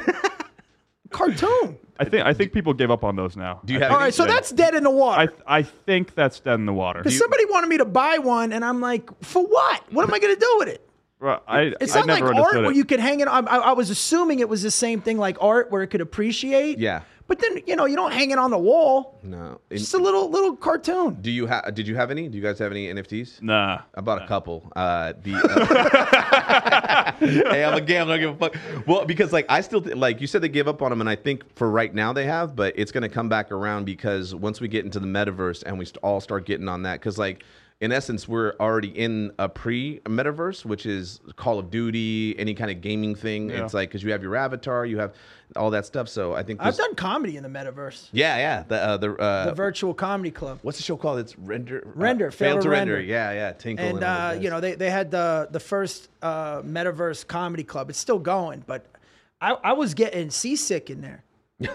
Speaker 3: [LAUGHS]
Speaker 1: cartoon.
Speaker 3: I think I think people gave up on those now.
Speaker 2: Do you have
Speaker 1: All right, so
Speaker 2: any-
Speaker 1: that's dead in the water.
Speaker 3: I I think that's dead in the water.
Speaker 1: But somebody wanted me to buy one, and I'm like, "For what? What am I going to do with it?"
Speaker 3: Well, I,
Speaker 1: It's
Speaker 3: I
Speaker 1: not like
Speaker 3: never
Speaker 1: art
Speaker 3: understood
Speaker 1: where
Speaker 3: it.
Speaker 1: you could hang it. on. I, I was assuming it was the same thing like art where it could appreciate.
Speaker 2: Yeah.
Speaker 1: But then you know you don't hang it on the wall.
Speaker 2: no.
Speaker 1: It's a little little cartoon.
Speaker 2: do you have? Did you have any? Do you guys have any NFTs?
Speaker 3: nah.
Speaker 2: I bought a couple. Uh, the uh,
Speaker 1: [LAUGHS]
Speaker 2: hey, I'm a gambler. I don't give a fuck. Well, because like I still th- like you said they give up on them, and I think for right now they have, but it's gonna come back around because once we get into the metaverse and we st- all start getting on that, because like in essence we're already in a pre-metaverse, which is Call of Duty, any kind of gaming thing.
Speaker 3: Yeah.
Speaker 2: It's like because you have your avatar, you have all that stuff. So I think
Speaker 1: I've
Speaker 2: this,
Speaker 1: done comedy in the metaverse,
Speaker 2: yeah, yeah. The uh, the, uh,
Speaker 1: the virtual comedy club.
Speaker 2: what's the show called? It's render uh,
Speaker 1: Render,
Speaker 2: failed, to render.
Speaker 1: Render.
Speaker 2: Yeah, yeah. Tinkle
Speaker 1: and
Speaker 2: all
Speaker 1: uh,
Speaker 2: those
Speaker 1: you
Speaker 2: guys.
Speaker 1: know they, they had the the first uh, metaverse comedy club. It's still going, but I, I was getting seasick in there. you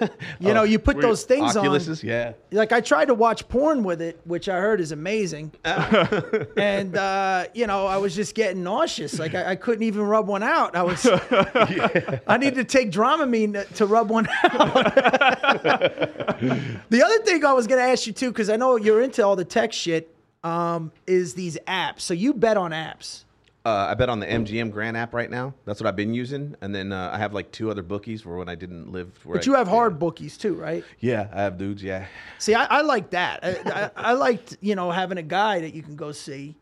Speaker 2: Oh,
Speaker 1: know, you put those things
Speaker 2: Oculuses, yeah.
Speaker 1: on. Like I tried to watch porn with it, which I heard is amazing. and uh, you know, I was just getting nauseous. Like I, I couldn't even rub one out. I was. I need to take Dramamine to, to rub one out. [LAUGHS] the other thing I was going to ask you too, because I know you're into all the tech shit, um, is these apps. So you bet on apps.
Speaker 2: uh, I bet on the MGM Grand app right now. That's what I've been using, and then uh, I have like two other bookies for when I didn't live. Where
Speaker 1: But
Speaker 2: I-
Speaker 1: you have hard bookies too, right?
Speaker 2: Yeah, I have dudes. Yeah,
Speaker 1: See, I, I like that. I, I, I liked, you know, having a guy that you can go
Speaker 2: [LAUGHS]
Speaker 1: see.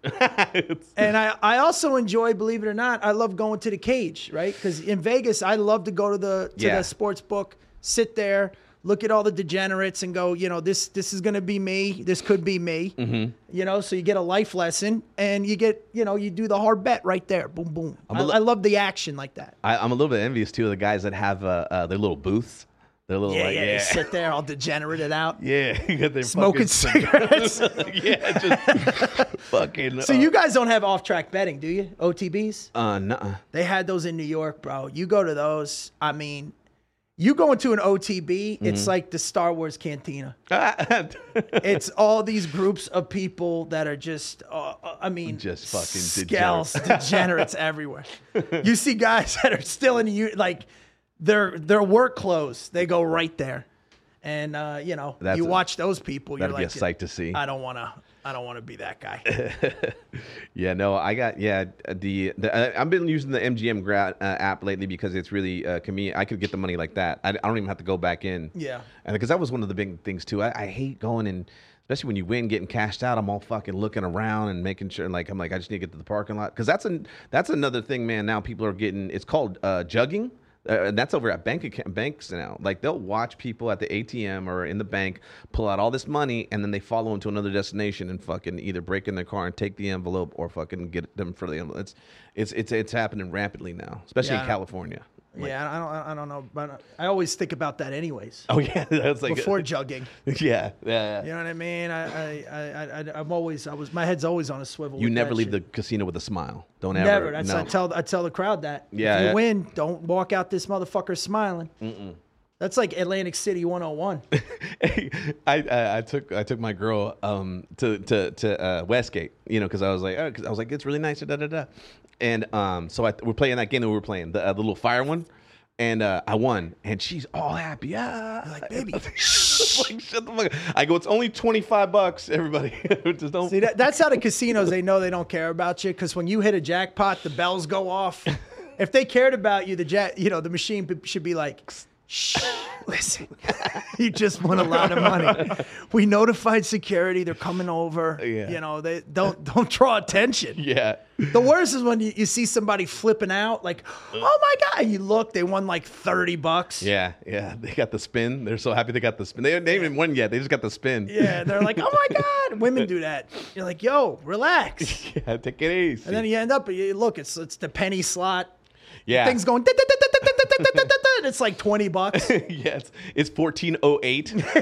Speaker 1: and I, I also enjoy, believe it or not, I love going to the cage, right? Because in Vegas, I love to go to the to
Speaker 2: Yeah.
Speaker 1: the sports book, sit there, look at all the degenerates, and go, you know, this this is gonna be me. This could be me.
Speaker 2: Mm-hmm.
Speaker 1: You know, so you get a life lesson, and you get, you know, you do the hard bet right there. Boom, boom. I,
Speaker 2: a li-
Speaker 1: I love the action like that.
Speaker 2: I, I'm a little bit envious too of the guys that have uh, uh, their little booths. Their little
Speaker 1: Yeah,
Speaker 2: like
Speaker 1: yeah. They
Speaker 2: yeah
Speaker 1: sit there all degenerated out,
Speaker 2: [LAUGHS] yeah, [LAUGHS] you got their
Speaker 1: smoking
Speaker 2: fucking-
Speaker 1: cigarettes.
Speaker 2: yeah, just
Speaker 1: [LAUGHS]
Speaker 2: [LAUGHS] fucking.
Speaker 1: So you guys don't have off-track betting, do you? OTBs?
Speaker 2: uh, nuh-uh. [LAUGHS]
Speaker 1: They had those in New York, bro. You go to those. I mean, you go into an OTB, it's like the Star Wars cantina. it's all these groups of people that are just, uh, uh, I mean,
Speaker 2: Just fucking
Speaker 1: scales, [LAUGHS] degenerates everywhere. You see guys [LAUGHS] that are still in you like their their work clothes. They go right there, and uh, you know,
Speaker 2: That's
Speaker 1: you
Speaker 2: a-
Speaker 1: watch those people. You're
Speaker 2: that'd be a
Speaker 1: like,
Speaker 2: sight to see.
Speaker 1: I don't wanna, I don't wanna be that guy. [LAUGHS]
Speaker 2: Yeah, no, I got yeah the, the I- I've been using the MGM gra- uh, app lately because it's really uh, convenient. I could get the money like that. I, I don't even have to go back in.
Speaker 1: Yeah.
Speaker 2: and because that was one of the big things too. I, I hate going and especially when you win, getting cashed out. I'm all fucking looking around and making sure. Like I'm like I just need to get to the parking lot because that's an that's another thing, man. Now people are getting it's called uh, jugging. Uh, and that's over at bank account, banks now. Like they'll watch people at the ATM or in the bank pull out all this money, and then they follow them to another destination and fucking either break in their car and take the envelope or fucking get them for the envelope. It's it's it's, it's happening rapidly now, especially
Speaker 1: Yeah.
Speaker 2: in California.
Speaker 1: yeah, I don't, I don't know, but I always think about that anyways.
Speaker 2: [LAUGHS] Oh yeah, that's like
Speaker 1: Before jugging,
Speaker 2: [LAUGHS] yeah, yeah.
Speaker 1: you know what I mean. I, I, I, I, I'm always, I was, my head's always on a swivel.
Speaker 2: You
Speaker 1: with
Speaker 2: never
Speaker 1: that
Speaker 2: leave
Speaker 1: shit.
Speaker 2: the casino with a smile. Don't ever.
Speaker 1: Never. That's
Speaker 2: no.
Speaker 1: I tell I tell the crowd that.
Speaker 2: Yeah,
Speaker 1: If you
Speaker 2: yeah.
Speaker 1: win, don't walk out this motherfucker smiling. That's like Atlantic City 101.
Speaker 2: I, [LAUGHS] I I took I took my girl um to to to uh, Westgate, you know, because I was like, oh, 'cause I was like, it's really nice, da da da, and um, so I we're playing that game that we were playing, the, uh, the little fire one, and uh, I won, and she's all happy, yeah,
Speaker 1: like, "Baby,
Speaker 2: [LAUGHS] like shut the fuck. Up. I go, it's only twenty five bucks, everybody, [LAUGHS] just don't.
Speaker 1: See, that, that's how the casinos they know they don't care about you because when you hit a jackpot, the bells
Speaker 2: [LAUGHS]
Speaker 1: go off. if they cared about you, the jack, you know, the machine b- should be like, shh, listen, [LAUGHS] you just won a lot of money. We notified security; they're coming over.
Speaker 2: Yeah.
Speaker 1: You know, they don't don't draw attention.
Speaker 2: Yeah.
Speaker 1: The worst is when you, you see somebody flipping out, like, oh my god! And you look, they won like thirty bucks.
Speaker 2: Yeah. Yeah. They got the spin. They're so happy they got the spin. They, they haven't even won yet. They just got the spin.
Speaker 1: Yeah, they're like, oh my god! Women do that. You're like, yo,
Speaker 2: [LAUGHS]
Speaker 1: relax.
Speaker 2: [LAUGHS] Yeah, take it easy.
Speaker 1: And then you end up, you look, it's it's the penny slot.
Speaker 2: yeah.
Speaker 1: Things going. and It's like twenty bucks.
Speaker 2: [LAUGHS] yes, it's fourteen oh eight. [LAUGHS]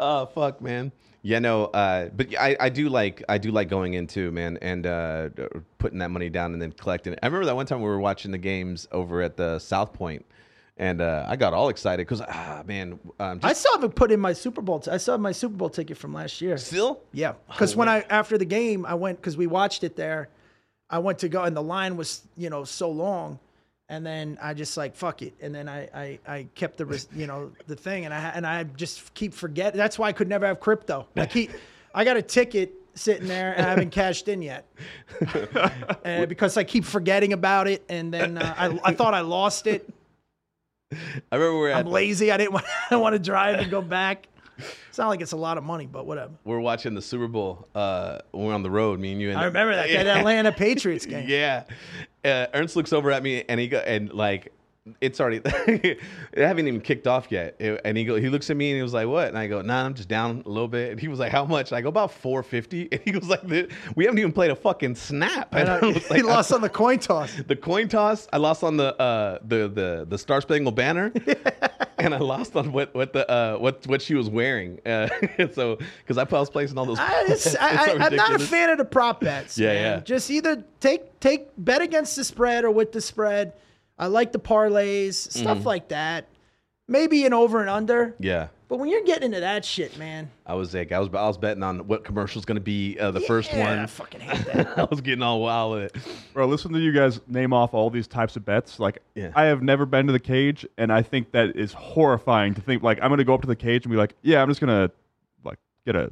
Speaker 2: Oh fuck, man. Yeah, no, uh, but I, I do like I do like going in too, man, and uh, putting that money down and then collecting it. I remember that one time we were watching the games over at the South Point, and uh, I got all excited because ah man, um,
Speaker 1: I
Speaker 2: just
Speaker 1: still haven't put in my Super Bowl. T- I still have my Super Bowl ticket from last year.
Speaker 2: still
Speaker 1: Yeah, because when I after the game, I went because we watched it there. I went to go, and the line was you know so long, and then I just like fuck it, and then I I, I kept the res- you know the thing, and I and I just keep forget. That's why I could never have crypto. I keep I got a ticket sitting there and I haven't cashed in yet uh, because I keep forgetting about it, and then uh, I I thought I lost it.
Speaker 2: I remember we were at
Speaker 1: I'm lazy. I didn't want [LAUGHS] I don't want to drive and go back. It's not like it's a lot of money, but whatever.
Speaker 2: we were watching the Super Bowl uh, when we were on the road, me and you. And
Speaker 1: I remember that, that Atlanta Patriots game.
Speaker 2: [LAUGHS] Yeah. Uh, Ernst looks over at me and he go and like it's already [LAUGHS] it haven't even kicked off yet. It- and he go he looks at me and he was like, "What?" And I go, "Nah, I'm just down a little bit." And he was like, "How much?" And I go, "About 450." [LAUGHS] And he goes like, "Th- "We haven't even played a fucking snap." And I
Speaker 1: And, uh,
Speaker 2: was
Speaker 1: he
Speaker 2: like, [LAUGHS]
Speaker 1: lost on the coin toss.
Speaker 2: the coin toss. I lost on the uh, the the the Star
Speaker 1: [LAUGHS]
Speaker 2: Spangled Banner, and I lost on what what the uh, what what she was wearing. Uh, [LAUGHS] so because I was placing all those.
Speaker 1: I, it's,
Speaker 2: [LAUGHS] bets.
Speaker 1: I, I,
Speaker 2: so
Speaker 1: I'm not a
Speaker 2: ridiculous.
Speaker 1: fan of the prop bets.
Speaker 2: Yeah,
Speaker 1: man.
Speaker 2: yeah.
Speaker 1: Just either take take bet against the spread or with the spread. I like the parlays, stuff
Speaker 2: Mm-hmm.
Speaker 1: like that. Maybe an over and under.
Speaker 2: Yeah.
Speaker 1: But when you're getting into that shit, man,
Speaker 2: I was like, I was, I was betting on what commercial's going to be uh, the first
Speaker 1: yeah,
Speaker 2: one. [LAUGHS]
Speaker 1: I fucking hate that.
Speaker 2: I was getting all wild with it.
Speaker 3: Bro, listen to you guys name off all these types of bets. Like,
Speaker 2: Yeah.
Speaker 3: I have never been to the cage, and I think that is horrifying to think. Like, I'm gonna go up to the cage and be like, "Yeah, I'm just gonna like get a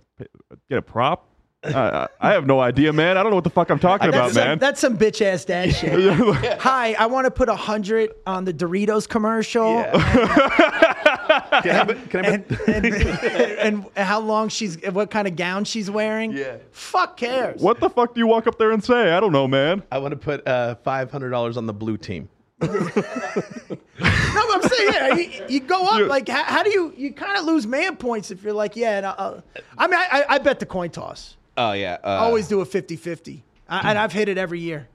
Speaker 3: get a prop." uh, I I have no idea, man. I don't know what the fuck I'm talking about,
Speaker 1: That's some,
Speaker 3: [LAUGHS] man.
Speaker 1: that's some bitch ass dad
Speaker 2: [LAUGHS]
Speaker 1: shit. Hi, I want to put a hundred on the Doritos commercial.
Speaker 2: Can I bet- can I
Speaker 1: [LAUGHS]
Speaker 2: bet-
Speaker 1: and, and, and how long she's what kind of gown she's wearing.
Speaker 2: Yeah.
Speaker 1: Fuck cares.
Speaker 3: what the fuck do you walk up there and say? I don't know, man.
Speaker 2: [LAUGHS] I want to put uh, five hundred dollars on the blue team.
Speaker 1: No, but I'm saying yeah, you, you go up like how, how do you you kind of lose man points if you're like yeah. And I'll, I mean I, I I bet the coin toss.
Speaker 2: Oh yeah, uh,
Speaker 1: I always do a 50-50. I, and I've hit it every year.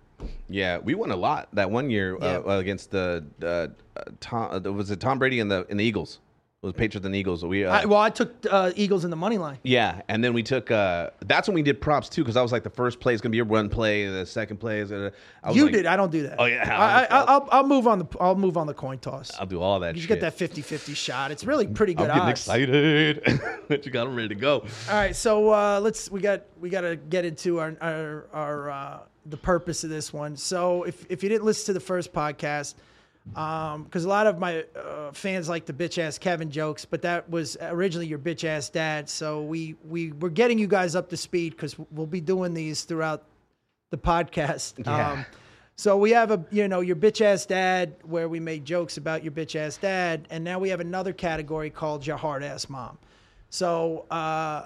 Speaker 2: Yeah, we won a lot that one year uh,
Speaker 1: Yeah.
Speaker 2: against the uh, uh, Tom. Uh, was it Tom Brady and the and the Eagles? It was Patriots and Eagles. We uh,
Speaker 1: I, well, I took uh, Eagles in the money line.
Speaker 2: Yeah, and then we took. Uh, that's when we did props too, because I was like, the first play is gonna be a run play, the second play is. Gonna, I was
Speaker 1: You
Speaker 2: like,
Speaker 1: did. I don't do that.
Speaker 2: Oh, yeah.
Speaker 1: I, I, I'll, I'll move on the I'll move on the coin toss.
Speaker 2: I'll do all that.
Speaker 1: you get
Speaker 2: shit.
Speaker 1: that 50-50 shot. It's really pretty
Speaker 2: I'm
Speaker 1: good
Speaker 2: getting
Speaker 1: odds.
Speaker 2: excited. [LAUGHS] but you got them ready to go.
Speaker 1: All right, so uh, let's we got we got to get into our our, our uh, the purpose of this one. So if if you didn't listen to the first podcast, because a lot of my uh, fans like the bitch ass Kevin jokes, but that was originally your bitch ass dad. So we we we're getting you guys up to speed because we'll be doing these throughout the podcast.
Speaker 2: Yeah.
Speaker 1: Um, so we have a you know your bitch ass dad where we make jokes about your bitch ass dad, and now we have another category called your hard ass mom. So uh,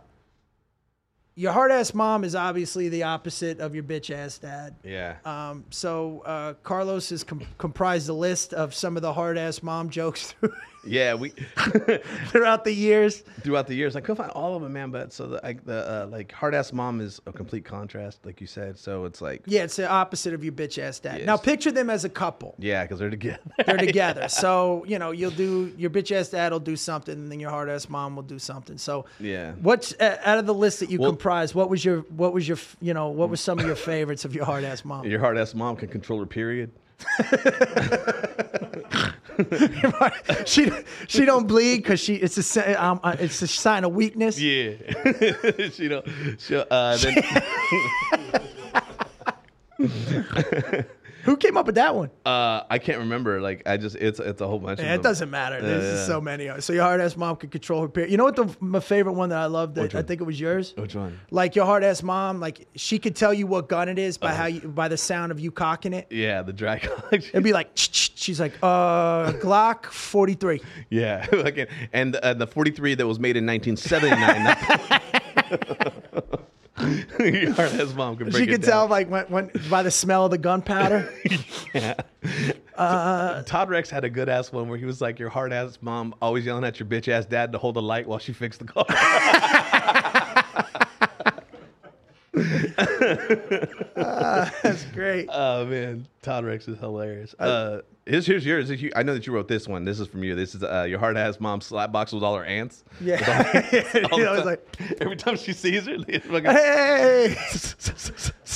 Speaker 1: your hard ass mom is obviously the opposite of your bitch ass dad.
Speaker 2: Yeah.
Speaker 1: Um, so uh, Carlos has com- comprised a list of some of the hard ass mom jokes [LAUGHS]
Speaker 2: yeah, we.
Speaker 1: throughout the years.
Speaker 2: throughout the years. I couldn't find all of them, man. But so the like the uh, like hard ass mom is a complete contrast, like you said. So it's like
Speaker 1: Yeah, it's the opposite of your bitch ass dad. Now
Speaker 2: Yes.
Speaker 1: picture them as a couple.
Speaker 2: yeah, because they're together.
Speaker 1: [LAUGHS]
Speaker 2: [LAUGHS]
Speaker 1: They're together. So, you know, you'll do your bitch ass dad will do something and then your hard ass mom will do something. So,
Speaker 2: Yeah.
Speaker 1: What's uh, out of the list that you
Speaker 2: Well-
Speaker 1: comprised? What was your what was your, f- you know, what were some of your favorites of your hard ass mom?
Speaker 2: Your hard ass mom can control her period.
Speaker 1: [LAUGHS] she she don't bleed cuz she it's a si- um, uh, it's a sign of weakness.
Speaker 2: Yeah, [LAUGHS] she don't.
Speaker 1: [LAUGHS]
Speaker 2: She uh, then.
Speaker 1: Who came up with that one?
Speaker 2: Uh, I can't remember. Like I just it's it's a whole bunch
Speaker 1: Yeah,
Speaker 2: of
Speaker 1: it
Speaker 2: them.
Speaker 1: doesn't matter.
Speaker 2: Yeah,
Speaker 1: There's
Speaker 2: yeah.
Speaker 1: just so many. So your hard ass mom could control her period. You know what? The my favorite one that I loved. That I think it was yours.
Speaker 2: Which one?
Speaker 1: Like your hard ass mom. Like she could tell you what gun it is
Speaker 2: Uh-huh.
Speaker 1: by how you by the sound of you cocking it.
Speaker 2: Yeah, the dry
Speaker 1: It'd be like "Ch-ch-ch." she's like uh Glock 43.
Speaker 2: Yeah, fucking- and uh, the 43 that was made
Speaker 1: [LAUGHS]
Speaker 2: in 1979. [LAUGHS] Your hard-ass mom could [LAUGHS]
Speaker 1: She
Speaker 2: break it
Speaker 1: could tell
Speaker 2: down.
Speaker 1: like when, when by the smell of the
Speaker 2: [LAUGHS]
Speaker 1: gunpowder. Uh,
Speaker 2: Todd Rex had a good ass one where he was like, "Your hard ass mom always yelling at your bitch ass dad to hold the light while she fixed the car."
Speaker 1: [LAUGHS] That's great.
Speaker 2: oh man, Todd Rex is hilarious. Uh, here's, here's yours. Here's you- I know that you wrote this one. This is from you. This is uh, your hard ass mom slap box with all
Speaker 1: [LAUGHS]
Speaker 2: her aunts.
Speaker 1: Yeah.
Speaker 2: With [LAUGHS]
Speaker 1: [LAUGHS]
Speaker 2: all-
Speaker 1: You
Speaker 2: all
Speaker 1: know,
Speaker 2: the
Speaker 1: it's
Speaker 2: time.
Speaker 1: like
Speaker 2: every time she sees her, they fucking,
Speaker 1: hey.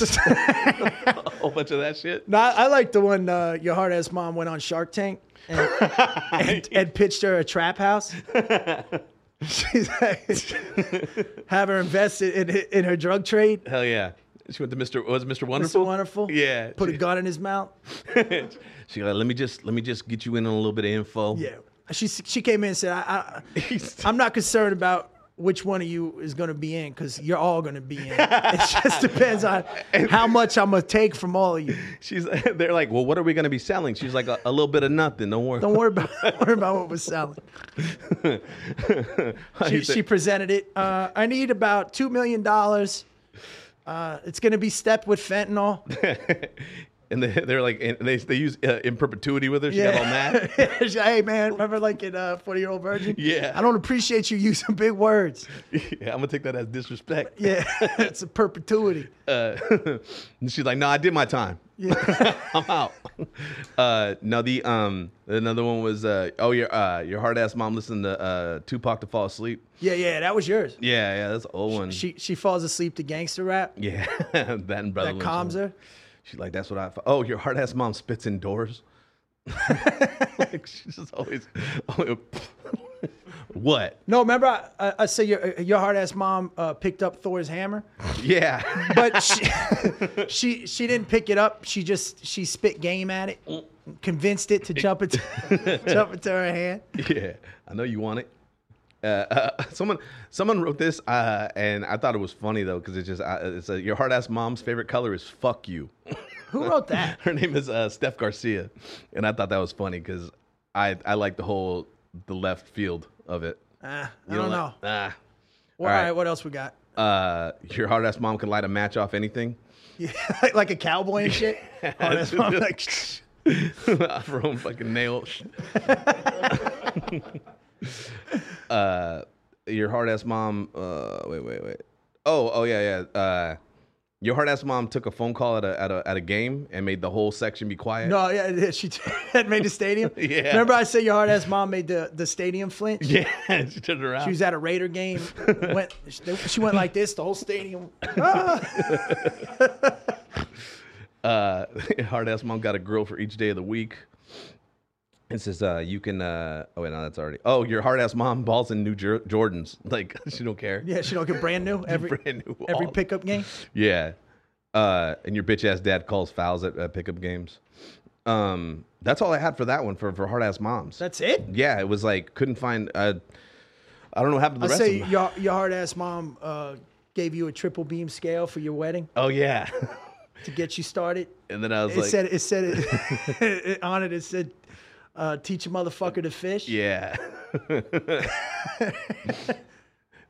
Speaker 2: [LAUGHS]
Speaker 1: [LAUGHS]
Speaker 2: a whole bunch of that shit.
Speaker 1: no, I, I like the one uh, your hard ass mom went on Shark Tank and, and, and pitched her a trap house. She's like, have her invested in in her drug trade.
Speaker 2: Hell yeah. She went to Mr. Was it Mr. Wonderful?
Speaker 1: Mr. Wonderful.
Speaker 2: Yeah.
Speaker 1: Put a
Speaker 2: She-
Speaker 1: gun in his mouth.
Speaker 2: she like, let me just let me just get you in on a little bit of info. [LAUGHS]
Speaker 1: Yeah. She she came in and said, I, I I'm not concerned about which one of you is going to be in because you're all going to be in. It just depends on how much I'm going to take from all of you.
Speaker 2: She's [LAUGHS] they're like, well, what are we gonna be selling? She's like, a, a little bit of nothing. Don't worry.
Speaker 1: Don't worry about, [LAUGHS] don't worry about what we're selling. She,
Speaker 2: He said-
Speaker 1: she presented it. Uh, I need about $2 million. Uh, it's going to be stepped with
Speaker 2: [LAUGHS]
Speaker 1: fentanyl.
Speaker 2: and they, they're like, and they they use uh, in perpetuity with her. She got all mad. [LAUGHS]
Speaker 1: She's like, [LAUGHS] hey, man, remember like in uh, 40 Year Old Virgin?
Speaker 2: Yeah.
Speaker 1: I don't appreciate you using big words.
Speaker 2: yeah, I'm gonna take that as disrespect.
Speaker 1: Yeah. [LAUGHS] it's a perpetuity.
Speaker 2: Uh, [LAUGHS] and she's like, no, I did my time. [LAUGHS]
Speaker 1: Yeah.
Speaker 2: I'm out. Uh, now the um another one was uh oh your uh your hard ass mom listened to uh Tupac to fall asleep.
Speaker 1: yeah, yeah. That was yours.
Speaker 2: Yeah, yeah, that's an old one.
Speaker 1: She she falls asleep to gangster rap.
Speaker 2: yeah, [LAUGHS] that and brother
Speaker 1: That calms her.
Speaker 2: She's like, that's what I. F- oh, your hard ass mom
Speaker 1: [LAUGHS]
Speaker 2: spits indoors. [LAUGHS] like she's just always, always [LAUGHS] what?
Speaker 1: No, remember I, I, I said your your hard ass mom uh, picked up Thor's hammer,
Speaker 2: Yeah, [LAUGHS]
Speaker 1: but she, she [LAUGHS] she didn't pick it up. She just she spit game at it, convinced it to jump into [LAUGHS] jump into her hand.
Speaker 2: yeah. I know you want it. Uh, uh, [LAUGHS] someone, someone wrote this, uh, and I thought it was funny though because it's just uh, it's uh, your hard ass mom's favorite color is fuck you. [LAUGHS]
Speaker 1: Who wrote that?
Speaker 2: Her name is uh, Steph Garcia, and I thought that was funny because I I like the whole the left field of it.
Speaker 1: Uh, I
Speaker 2: You
Speaker 1: don't know.
Speaker 2: like- Ah.
Speaker 1: Well, all
Speaker 2: all
Speaker 1: right.
Speaker 2: right.
Speaker 1: what else we got? [LAUGHS]
Speaker 2: Uh, your hard ass mom can light a match off anything.
Speaker 1: Yeah, like, like a cowboy and
Speaker 2: [LAUGHS]
Speaker 1: shit. Hard ass mom, like, [LAUGHS]
Speaker 2: for own fucking nail. [LAUGHS] uh, your hard ass mom. Uh, wait, wait, wait. Oh, oh yeah, yeah. Uh, your hard ass mom took a phone call at a, at a at a game and made the whole section be quiet.
Speaker 1: no, yeah, yeah, she [LAUGHS] had made the stadium.
Speaker 2: [LAUGHS] Yeah.
Speaker 1: Remember I said your hard ass mom made the the stadium flinch.
Speaker 2: [LAUGHS] Yeah, she turned around.
Speaker 1: She was at a Raider game. Went, she went like this. The whole stadium. Ah.
Speaker 2: uh, [LAUGHS] hard ass mom got a grill for each day of the week. It says uh, you can. Uh, oh wait, no, that's already. Oh, your hard ass mom balls in New Jer- Jordans. [LAUGHS] Like she don't care.
Speaker 1: Yeah, she don't get brand new every
Speaker 2: [LAUGHS] Brand new.
Speaker 1: every
Speaker 2: all-
Speaker 1: pickup game.
Speaker 2: Yeah. Uh, and your bitch ass dad calls fouls at uh, pickup games. Um, that's all I had for that one for, for hard ass moms.
Speaker 1: That's it.
Speaker 2: yeah, it was like couldn't find. Uh, I don't know what happened to
Speaker 1: I
Speaker 2: the rest
Speaker 1: say
Speaker 2: of them. [LAUGHS]
Speaker 1: your your hard ass mom uh, gave you a triple beam scale for your wedding
Speaker 2: Oh yeah, [LAUGHS]
Speaker 1: to get you started.
Speaker 2: and then I was
Speaker 1: It
Speaker 2: like,
Speaker 1: said it said it, it- [LAUGHS] on it. It said. Uh, teach a motherfucker to fish.
Speaker 2: yeah. [LAUGHS]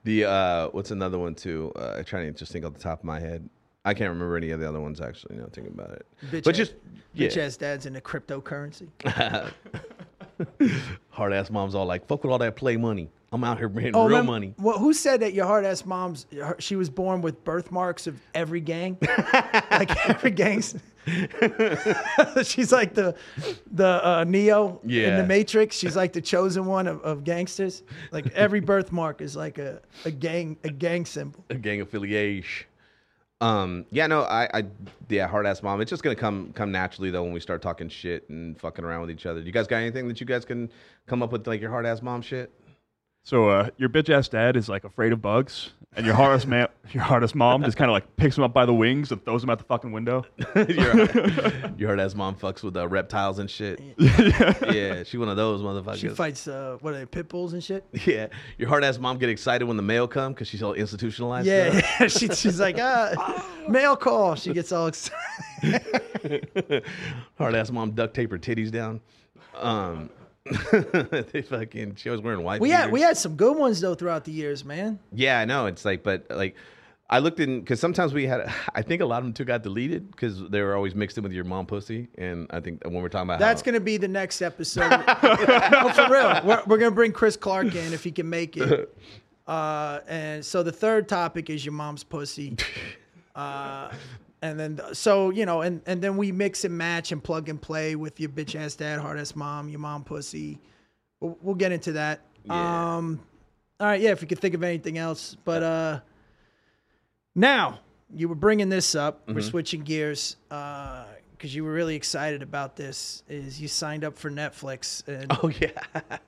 Speaker 2: the uh, what's another one too? Uh, I'm trying to just think off the top of my head. I can't remember any of the other ones actually. Now thinking about it,
Speaker 1: Bitch
Speaker 2: but
Speaker 1: ass-
Speaker 2: just
Speaker 1: Bitch
Speaker 2: yeah,
Speaker 1: ass dad's into cryptocurrency.
Speaker 2: hard ass moms all like fuck with all that play money. I'm out here bringing
Speaker 1: Oh,
Speaker 2: real
Speaker 1: remember-
Speaker 2: money.
Speaker 1: Well, who said that your hard ass mom's her- she was born with birthmarks of every
Speaker 2: [LAUGHS]
Speaker 1: gang, like every gang's. [LAUGHS] She's like the the uh, Neo in
Speaker 2: Yeah.
Speaker 1: the Matrix. She's like the chosen one of, of gangsters. Like
Speaker 2: [LAUGHS]
Speaker 1: every birthmark is like a, a gang a gang symbol.
Speaker 2: a gang affiliation. Um, yeah, no, I, I, yeah, hard ass mom. It's just gonna come come naturally though when we start talking shit and fucking around with each other. You guys got anything that you guys can come up with like your hard ass mom shit?
Speaker 3: So uh, your bitch ass dad is like afraid of bugs, and your hardest man, [LAUGHS] your hardest mom, just kind of like picks him up by the wings and throws him out the fucking window.
Speaker 2: Your- you heard as mom fucks with uh, reptiles
Speaker 1: [LAUGHS]
Speaker 2: and shit. yeah, she one of those motherfuckers.
Speaker 1: She fights uh, what are they, pit bulls and shit?
Speaker 2: [LAUGHS] yeah, your hard ass mom get excited when the mail come because she's all institutionalized.
Speaker 1: Yeah, yeah. [LAUGHS] She, she's like,
Speaker 2: [LAUGHS]
Speaker 1: ah, mail call. She gets all excited.
Speaker 2: hard ass mom duct tape her titties down. Um, [LAUGHS] they fucking. She always wearing white.
Speaker 1: We had
Speaker 2: beaters.
Speaker 1: we had some good ones though throughout the years, man.
Speaker 2: Yeah, I know. It's like, but like, I looked in because sometimes we had. [LAUGHS] I think a lot of them too got deleted because they were always mixed in with your mom pussy. And I think when we're talking about
Speaker 1: That's
Speaker 2: how,
Speaker 1: gonna be the next episode. [LAUGHS] No, for real, we're, we're gonna bring Chris Clark in if he can make
Speaker 2: [LAUGHS]
Speaker 1: it. Uh, and so the third topic is your mom's
Speaker 2: [LAUGHS]
Speaker 1: pussy. Uh, and then so you know, and and then we mix and match and plug and play with your bitch ass dad, hard ass mom, your mom pussy. We'll, we'll get into that.
Speaker 2: Yeah.
Speaker 1: Um, all right, yeah, if you could think of anything else, but uh, now you were bringing this up.
Speaker 3: Mm-hmm.
Speaker 1: We're switching gears because you were really excited about this. Is you signed up for Netflix and
Speaker 2: Oh
Speaker 1: [LAUGHS]
Speaker 2: yeah.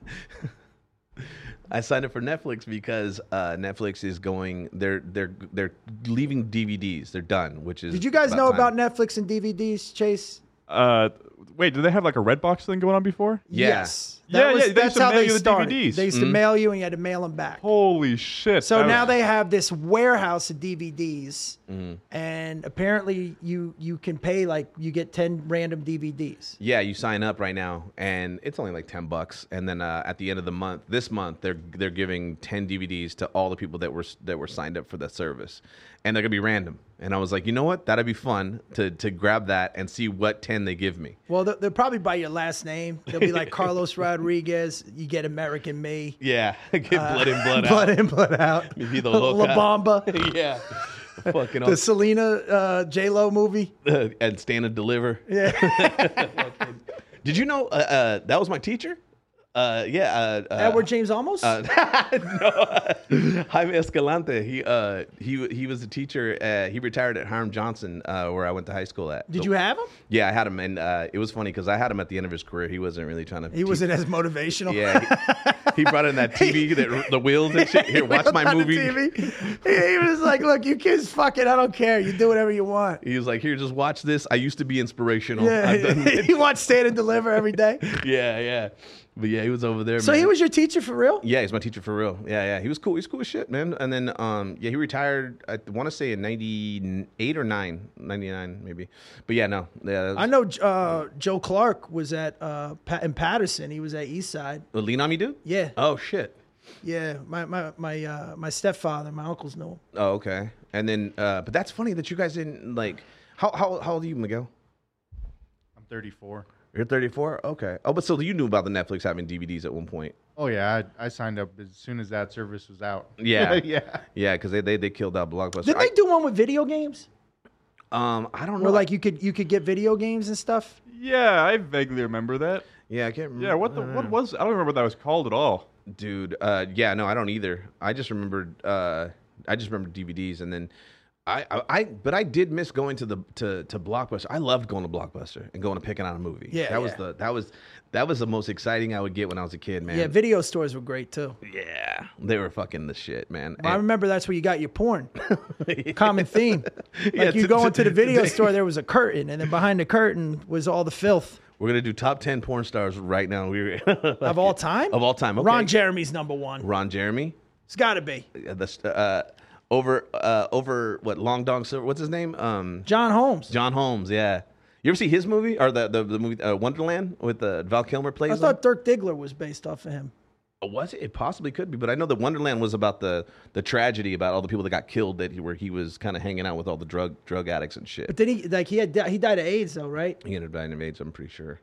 Speaker 2: I signed up for Netflix because uh, Netflix is going. They're they're they're leaving DVDs. They're done. Which is.
Speaker 1: Did you guys know
Speaker 2: time.
Speaker 1: about Netflix and DVDs, Chase?
Speaker 3: Uh, wait, did they have like a red box thing going on before?
Speaker 2: Yeah.
Speaker 1: Yes.
Speaker 3: Yeah, yeah, they used
Speaker 1: that's
Speaker 3: to
Speaker 1: how
Speaker 3: mail
Speaker 1: they
Speaker 3: you the
Speaker 1: started.
Speaker 3: DVDs.
Speaker 1: They used to mail you and you had to mail them back.
Speaker 3: Mm-hmm. Holy shit!
Speaker 1: So
Speaker 3: that
Speaker 1: now
Speaker 3: was-
Speaker 1: they have this warehouse of DVDs,
Speaker 3: Mm-hmm.
Speaker 1: and apparently you you can pay like you get ten random DVDs.
Speaker 2: Yeah, you sign up right now, and it's only like ten bucks. And then uh, at the end of the month, this month they're they're giving ten DVDs to all the people that were that were signed up for that service, and they're gonna be random. And I was like, you know what? That'd be fun to to grab that and see what ten they give me.
Speaker 1: Well, they'll, they'll probably by your last name. They'll be like
Speaker 2: [LAUGHS]
Speaker 1: Carlos Rodriguez. You get American Me.
Speaker 2: Yeah, [LAUGHS] get blood in, Uh, [LAUGHS] blood,
Speaker 1: blood
Speaker 2: out.
Speaker 1: in, blood out.
Speaker 2: Be the [LAUGHS]
Speaker 1: La
Speaker 2: loca.
Speaker 1: Bamba,
Speaker 2: yeah, fucking uh,
Speaker 1: the Selena uh, J Lo movie.
Speaker 2: and stand and deliver. [LAUGHS] Yeah. Did you know uh, uh, that was my teacher? Uh, yeah. Uh, uh,
Speaker 1: Edward James Almost.
Speaker 2: no, [LAUGHS] Jaime Escalante. He uh he he was a teacher. Uh, he retired at Harm Johnson, uh, where I went to high school at.
Speaker 1: Did you have him?
Speaker 2: Yeah, I had him, and uh, it was funny because I had him at the end of his career. He wasn't really trying to.
Speaker 1: He wasn't as motivational.
Speaker 2: [LAUGHS] Yeah, he, he brought
Speaker 1: [LAUGHS]
Speaker 2: in that TV that the wheels and shit. Here, watch
Speaker 1: Went [LAUGHS]
Speaker 2: my
Speaker 1: on the
Speaker 2: movie.
Speaker 1: TV. He, he was like, "Look, you kids, fuck it. I don't care. You do whatever you want."
Speaker 2: He was like, "Here, just watch this. I used to be inspirational.
Speaker 1: Yeah, [LAUGHS]
Speaker 2: I've done this."
Speaker 1: he wants stand and deliver every day.
Speaker 2: [LAUGHS] yeah, yeah." But yeah, he was over there.
Speaker 1: So he
Speaker 2: man.
Speaker 1: was your teacher for real?
Speaker 2: Yeah, he's my teacher for real. Yeah, yeah. He was cool. He's cool as shit, man. And then, um, yeah, he retired, I want to say in 98 or 9, 99 maybe. But yeah, no. Yeah, that
Speaker 1: I
Speaker 2: was,
Speaker 1: know uh, Joe Clark was at uh, Pa- in Patterson. He was at Eastside.
Speaker 2: Lean On Me Dude?
Speaker 1: Yeah,
Speaker 2: Oh, shit.
Speaker 1: yeah. My my my uh, my stepfather, my uncles know him.
Speaker 2: Oh, okay. And then, uh, but that's funny that you guys didn't, like, how, how, how old are you, Miguel?
Speaker 4: I'm 34.
Speaker 2: You're 34? Okay. Oh, but so you knew about the Netflix having DVDs at one point.
Speaker 4: Oh yeah, I, I signed up as soon as that service was out.
Speaker 2: Yeah.
Speaker 4: [LAUGHS] yeah.
Speaker 2: Yeah, because they, they, they killed that blockbuster.
Speaker 1: Didn't
Speaker 2: I,
Speaker 1: they do one with video games?
Speaker 2: um, I don't know.
Speaker 1: Where like you could you could get video games and stuff.
Speaker 3: yeah, I vaguely remember that.
Speaker 2: yeah, I can't remember.
Speaker 3: Yeah, what the what was? I don't remember what that was called at all. [LAUGHS]
Speaker 2: dude uh yeah no i don't either i just remembered uh i just remember dvds and then I, I I- but i did miss going to the to to blockbuster i loved going to blockbuster and going to picking out a movie
Speaker 1: Yeah,
Speaker 2: that was
Speaker 1: yeah.
Speaker 2: the that was that was the most exciting i would get when i was a kid man
Speaker 1: Yeah, video stores were great too.
Speaker 2: Yeah, they were fucking the shit man
Speaker 1: I
Speaker 2: And-
Speaker 1: remember that's where you got your
Speaker 2: [LAUGHS]
Speaker 1: porn. Common theme. Like
Speaker 2: Yeah,
Speaker 1: you
Speaker 2: to-
Speaker 1: go
Speaker 2: to- [LAUGHS]
Speaker 1: into the video
Speaker 2: to-
Speaker 1: store, there was a curtain, and then behind the curtain was all the filth
Speaker 2: we're gonna do top 10 porn stars right now we were [LAUGHS]
Speaker 1: of all time.
Speaker 2: Of all time, okay.
Speaker 1: Ron Jeremy's number one.
Speaker 2: ron jeremy
Speaker 1: It's got to be
Speaker 2: uh, the st- uh over uh over what long dong silver what's his name um
Speaker 1: John Holmes.
Speaker 2: John Holmes, yeah. You ever see his movie or the the, the movie uh, Wonderland with uh, Val Kilmer plays?
Speaker 1: I thought Dirk Diggler was based off of him.
Speaker 2: him? was it? It possibly could be, but I know that Wonderland was about the the tragedy about all the people that got killed that he, where he was kind of hanging out with all the drug drug addicts and shit.
Speaker 1: But then he like he had di- he died of AIDS though, right?
Speaker 2: he ended up dying of AIDS, I'm pretty sure.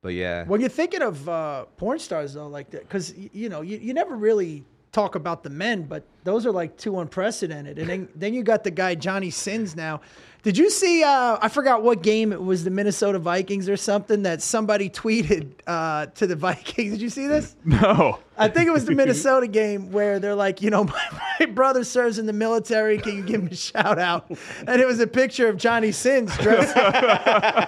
Speaker 2: But yeah,
Speaker 1: When you're thinking of uh, porn stars though, like that, because you know you, you never really talk about the men, but those are like too unprecedented. And then then you got the guy Johnny Sins now. Did you see? Uh, I forgot what game it was. The Minnesota Vikings or something that somebody tweeted uh, to the [LAUGHS] Vikings. Did you see this?
Speaker 3: No.
Speaker 1: I think it was the Minnesota game where they're like, you know, [LAUGHS] my, my brother serves in the military. Can you give him a shout out? And it was a picture of Johnny Sins dressed. [LAUGHS]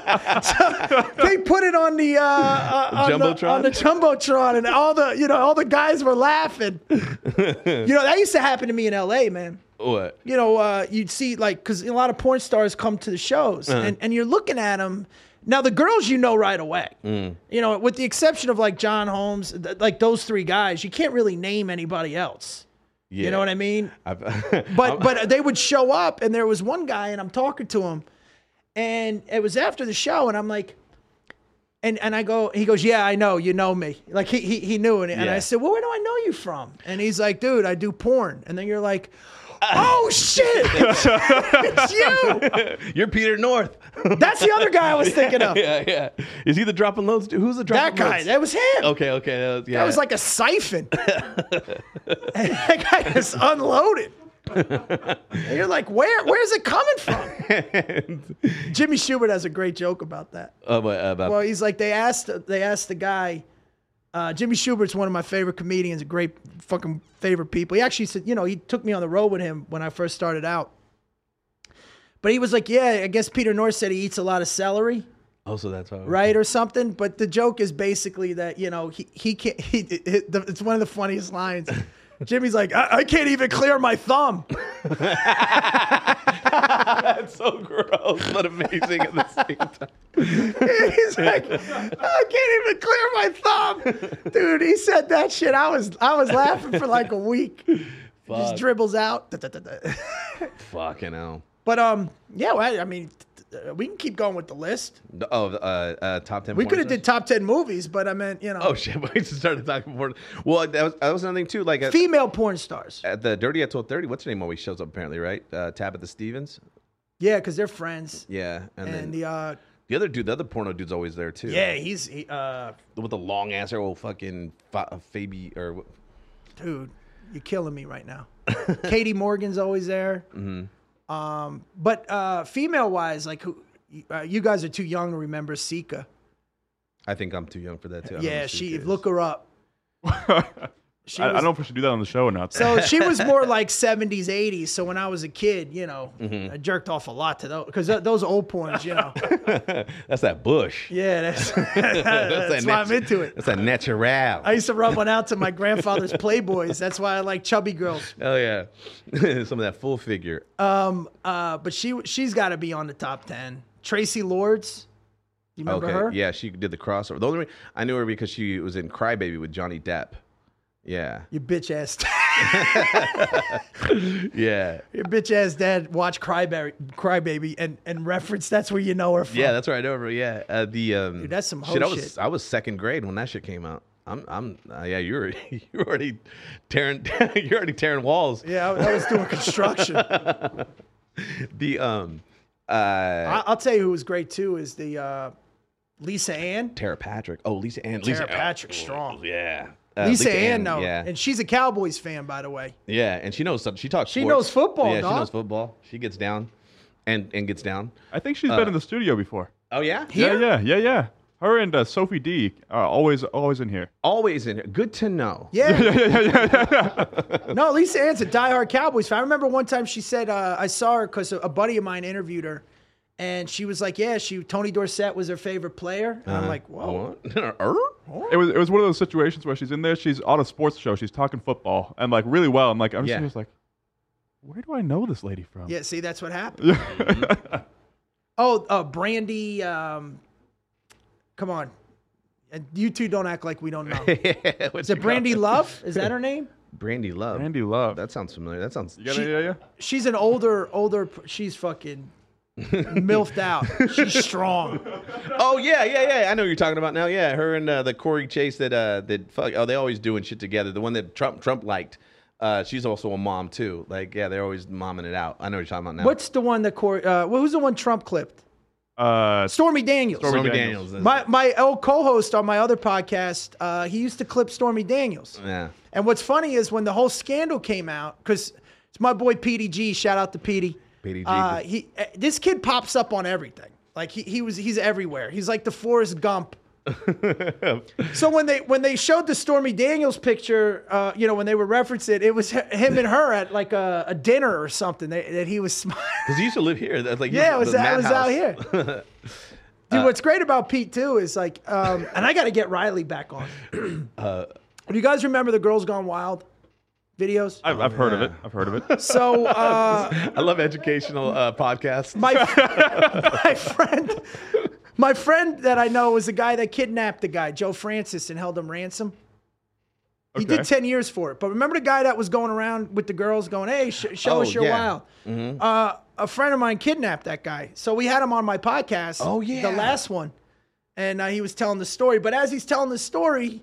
Speaker 1: so they put it on the, uh, uh, on, the
Speaker 2: Jumbotron?
Speaker 1: on the jumbotron, and all the you know all the guys were laughing. you know that used to happen to me in L.A. Man
Speaker 2: What?
Speaker 1: you know, uh, you'd see like because a lot of porn stars come to the shows, and, and you're looking at them. Now the girls you know right away. You know, with the exception of like John Holmes, th- like those three guys, you can't really name anybody else.
Speaker 2: Yeah.
Speaker 1: You know what I mean?
Speaker 2: I've, [LAUGHS]
Speaker 1: But but they would show up, and there was one guy, and I'm talking to him, and it was after the show, and I'm like, and and I go, he goes, yeah, I know, you know me, like he he, he knew, and, and I
Speaker 2: Yeah.
Speaker 1: said, well, where do I know you from? And he's like, dude, I do porn, and then you're like. Oh
Speaker 2: [LAUGHS]
Speaker 1: shit! It's, it's you.
Speaker 2: you're Peter
Speaker 1: [LAUGHS]
Speaker 2: North.
Speaker 1: That's the other guy I was thinking of.
Speaker 2: [LAUGHS] yeah, yeah. Is he the dropping loads? dude? Who's the dropping
Speaker 1: That guy.
Speaker 2: loads?
Speaker 1: That was him.
Speaker 2: [LAUGHS] okay, okay. That was, yeah.
Speaker 1: That was like a
Speaker 2: [LAUGHS]
Speaker 1: siphon. [LAUGHS] and that guy just unloaded. and you're like, where? Where's it coming from?
Speaker 2: [LAUGHS]
Speaker 1: Jimmy Schubert has a great joke about that.
Speaker 2: Uh, but, uh, about-
Speaker 1: Well, he's like they asked they asked the guy. Uh, Jimmy Schubert's one of my favorite comedians, a great fucking favorite people. He actually said, you know, he took me on the road with him when I first started out. But he was like, yeah, I guess Peter North said he eats a lot of celery,
Speaker 2: oh, so that's why.
Speaker 1: right, or something. But the joke is basically that you know he he can't. He, it, it- the- it's one of the funniest lines. [LAUGHS] Jimmy's like, I, I can't even clear my thumb.
Speaker 2: That's so gross, but amazing at
Speaker 3: [LAUGHS]
Speaker 2: the same time.
Speaker 1: [LAUGHS] He's like, "Oh, I can't even clear my thumb, dude. He said that shit. I was I was laughing for like a week. It Just
Speaker 2: Fuck.
Speaker 1: dribbles out. Da, da, da, da. [LAUGHS]
Speaker 2: Fucking hell.
Speaker 1: But um, yeah. Well, I mean, th- th- we can keep going with the list.
Speaker 2: The- Oh, the, uh, uh, top ten.
Speaker 1: We
Speaker 2: porn
Speaker 1: could have
Speaker 2: stars?
Speaker 1: did top ten movies, but I meant you know,
Speaker 2: Oh [LAUGHS] shit! We just started talking porn. Well, that was that was another thing too. Like at,
Speaker 1: female porn stars.
Speaker 2: at the Dirty at twelve thirty, what's her name always shows up apparently, right? Uh, Tabitha Stevens.
Speaker 1: Yeah, because they're friends.
Speaker 2: Yeah, and, then
Speaker 1: And
Speaker 2: the,
Speaker 1: the uh,
Speaker 2: other dude, the other porno dude's always there too.
Speaker 1: yeah, he's he, uh,
Speaker 2: with the long ass old fucking fa- Fabi or what-
Speaker 1: dude, you're killing me right
Speaker 2: [LAUGHS]
Speaker 1: now. Katie Morgan's always there.
Speaker 2: Mm-hmm.
Speaker 1: Um, but uh, female wise, like who? Uh, you guys are too young to remember Sika.
Speaker 2: I think I'm too young for that too. I don't know
Speaker 1: Yeah,
Speaker 2: who
Speaker 1: she
Speaker 2: is.
Speaker 1: look her up. She
Speaker 3: I, I
Speaker 1: was-
Speaker 3: don't know if we should do that on the show or not.
Speaker 1: So [LAUGHS] she was
Speaker 2: [LAUGHS]
Speaker 1: more like 70s, 80s. So when I was a kid, you know,
Speaker 2: Mm-hmm.
Speaker 1: I jerked off a lot to those because those old porns, you
Speaker 2: [LAUGHS]
Speaker 1: know.
Speaker 2: [LAUGHS] That's that bush.
Speaker 1: yeah, that's, that's,
Speaker 2: that
Speaker 1: why
Speaker 2: natu-
Speaker 1: I'm into it.
Speaker 2: That's a natural.
Speaker 1: I used to rub one out to my grandfather's Playboys. That's why I like chubby girls.
Speaker 2: oh yeah, [LAUGHS] some of that full figure.
Speaker 1: Uh, but she she's got to be on the top ten. Tracy Lords, you remember
Speaker 2: okay,
Speaker 1: her?
Speaker 2: yeah, she did the crossover. The only re- I knew her because she was in Crybaby with Johnny Depp. Yeah,
Speaker 1: Your bitch ass, [LAUGHS]
Speaker 2: yeah,
Speaker 1: your bitch ass dad watched Crybaby, Crybaby, and and reference. That's where you know her from.
Speaker 2: yeah. That's right over. Yeah, uh, the um,
Speaker 1: Dude, that's some hoe
Speaker 2: I was
Speaker 1: shit.
Speaker 2: I was second grade when that shit came out. I'm I'm uh, yeah. You were [LAUGHS] you were already tearing [LAUGHS] you're already tearing walls.
Speaker 1: yeah. I, I was doing
Speaker 2: [LAUGHS]
Speaker 1: construction.
Speaker 2: The um uh
Speaker 1: I, I'll tell you who was great too is the uh, Lisa Ann.
Speaker 2: Tara Patrick. Oh, Lisa Ann. Lisa
Speaker 1: Tara Patrick Strong.
Speaker 2: Yeah. Uh,
Speaker 1: Lisa, Ann, though,
Speaker 2: Yeah.
Speaker 1: and she's a Cowboys fan, by the way.
Speaker 2: yeah, and she knows something. She talks.
Speaker 1: She
Speaker 2: sports.
Speaker 1: knows football,
Speaker 2: Yeah,
Speaker 1: dog.
Speaker 2: she knows football. She gets down, and and gets down.
Speaker 3: [LAUGHS] I think she's been in the studio before.
Speaker 2: Oh yeah.
Speaker 1: Here?
Speaker 3: Yeah, yeah, yeah, yeah. Her and uh, Sophie D are always always in here.
Speaker 2: Always in here. Good to know. [LAUGHS]
Speaker 1: Yeah. [LAUGHS] no, Lisa Ann's a diehard Cowboys fan. I remember one time she said, uh, I saw her because a, a buddy of mine interviewed her, and she was like, Yeah, she Tony Dorsett was her favorite player. And
Speaker 2: Uh-huh.
Speaker 1: I'm like, Whoa.
Speaker 2: What? [LAUGHS] Er?
Speaker 1: Oh.
Speaker 3: It was it was one of those situations where she's in there. She's on a sports show. She's talking football and like really well. I'm like I'm
Speaker 2: Yeah.
Speaker 3: just like, where do I know this lady from?
Speaker 1: Yeah, see, that's what happened. [LAUGHS] oh, uh, Brandy, um, come on. And You two don't act like we don't
Speaker 2: [LAUGHS]
Speaker 1: know. Is
Speaker 2: What's
Speaker 1: it Brandy Love? Is that her name?
Speaker 2: Brandy Love.
Speaker 3: Brandy Love.
Speaker 2: That sounds familiar. That sounds.
Speaker 3: you got
Speaker 1: she-
Speaker 3: any idea?
Speaker 1: She's an older, older. She's
Speaker 2: [LAUGHS]
Speaker 1: fucking milfed out. She's strong.
Speaker 2: Oh yeah, yeah, yeah. I know what you're talking about now. Yeah, her and uh, the Corey Chase that uh, that fuck. Oh, they always doing shit together. The one that Trump Trump liked. Uh, she's also a mom too. Like yeah, they're always momming it out. I know what you're talking about now.
Speaker 1: What's the one that Corey? Uh, well, who's the one Trump clipped?
Speaker 3: Uh,
Speaker 1: Stormy Daniels.
Speaker 2: Stormy
Speaker 3: Daniels.
Speaker 2: Daniels?
Speaker 1: My my old co-host on my other podcast, uh, he used to clip Stormy Daniels.
Speaker 2: yeah.
Speaker 1: And what's funny is when the whole scandal came out, because it's my boy PDG. Shout out to PD.
Speaker 2: PDG.
Speaker 1: Uh, he eh, this kid pops up on everything. Like he, he was he's everywhere. He's like the Forrest Gump. so when they when they showed the Stormy Daniels picture, uh, you know when they were referencing it, it was h- him and her at like a, a dinner or something that, that he was [LAUGHS] smiling.
Speaker 2: Because he used to live here. That's like
Speaker 1: Yeah, it was,
Speaker 2: the
Speaker 1: I was out
Speaker 2: madhouse.
Speaker 1: here. Dude, what's great about Pete too is like, um, and I got to get Riley back on. Do you guys remember the Girls Gone Wild videos?
Speaker 3: I've, I've heard of it. I've heard
Speaker 1: [LAUGHS]
Speaker 3: of it.
Speaker 1: so uh,
Speaker 2: [LAUGHS] I love educational uh, podcasts. [LAUGHS]
Speaker 1: my [LAUGHS] my friend, my friend that I know was the guy that kidnapped the guy Joe Francis and held him ransom. He did
Speaker 3: Okay.
Speaker 1: ten years for it. But remember the guy that was going around with the girls, going, "Hey, sh- show
Speaker 2: Oh,
Speaker 1: us your
Speaker 2: yeah. Mm-hmm.
Speaker 1: wild." Uh, a friend of mine kidnapped that guy, so we had him on my podcast.
Speaker 2: Oh,
Speaker 1: the
Speaker 2: yeah.
Speaker 1: last one, and uh, he was telling the story. But as he's telling the story,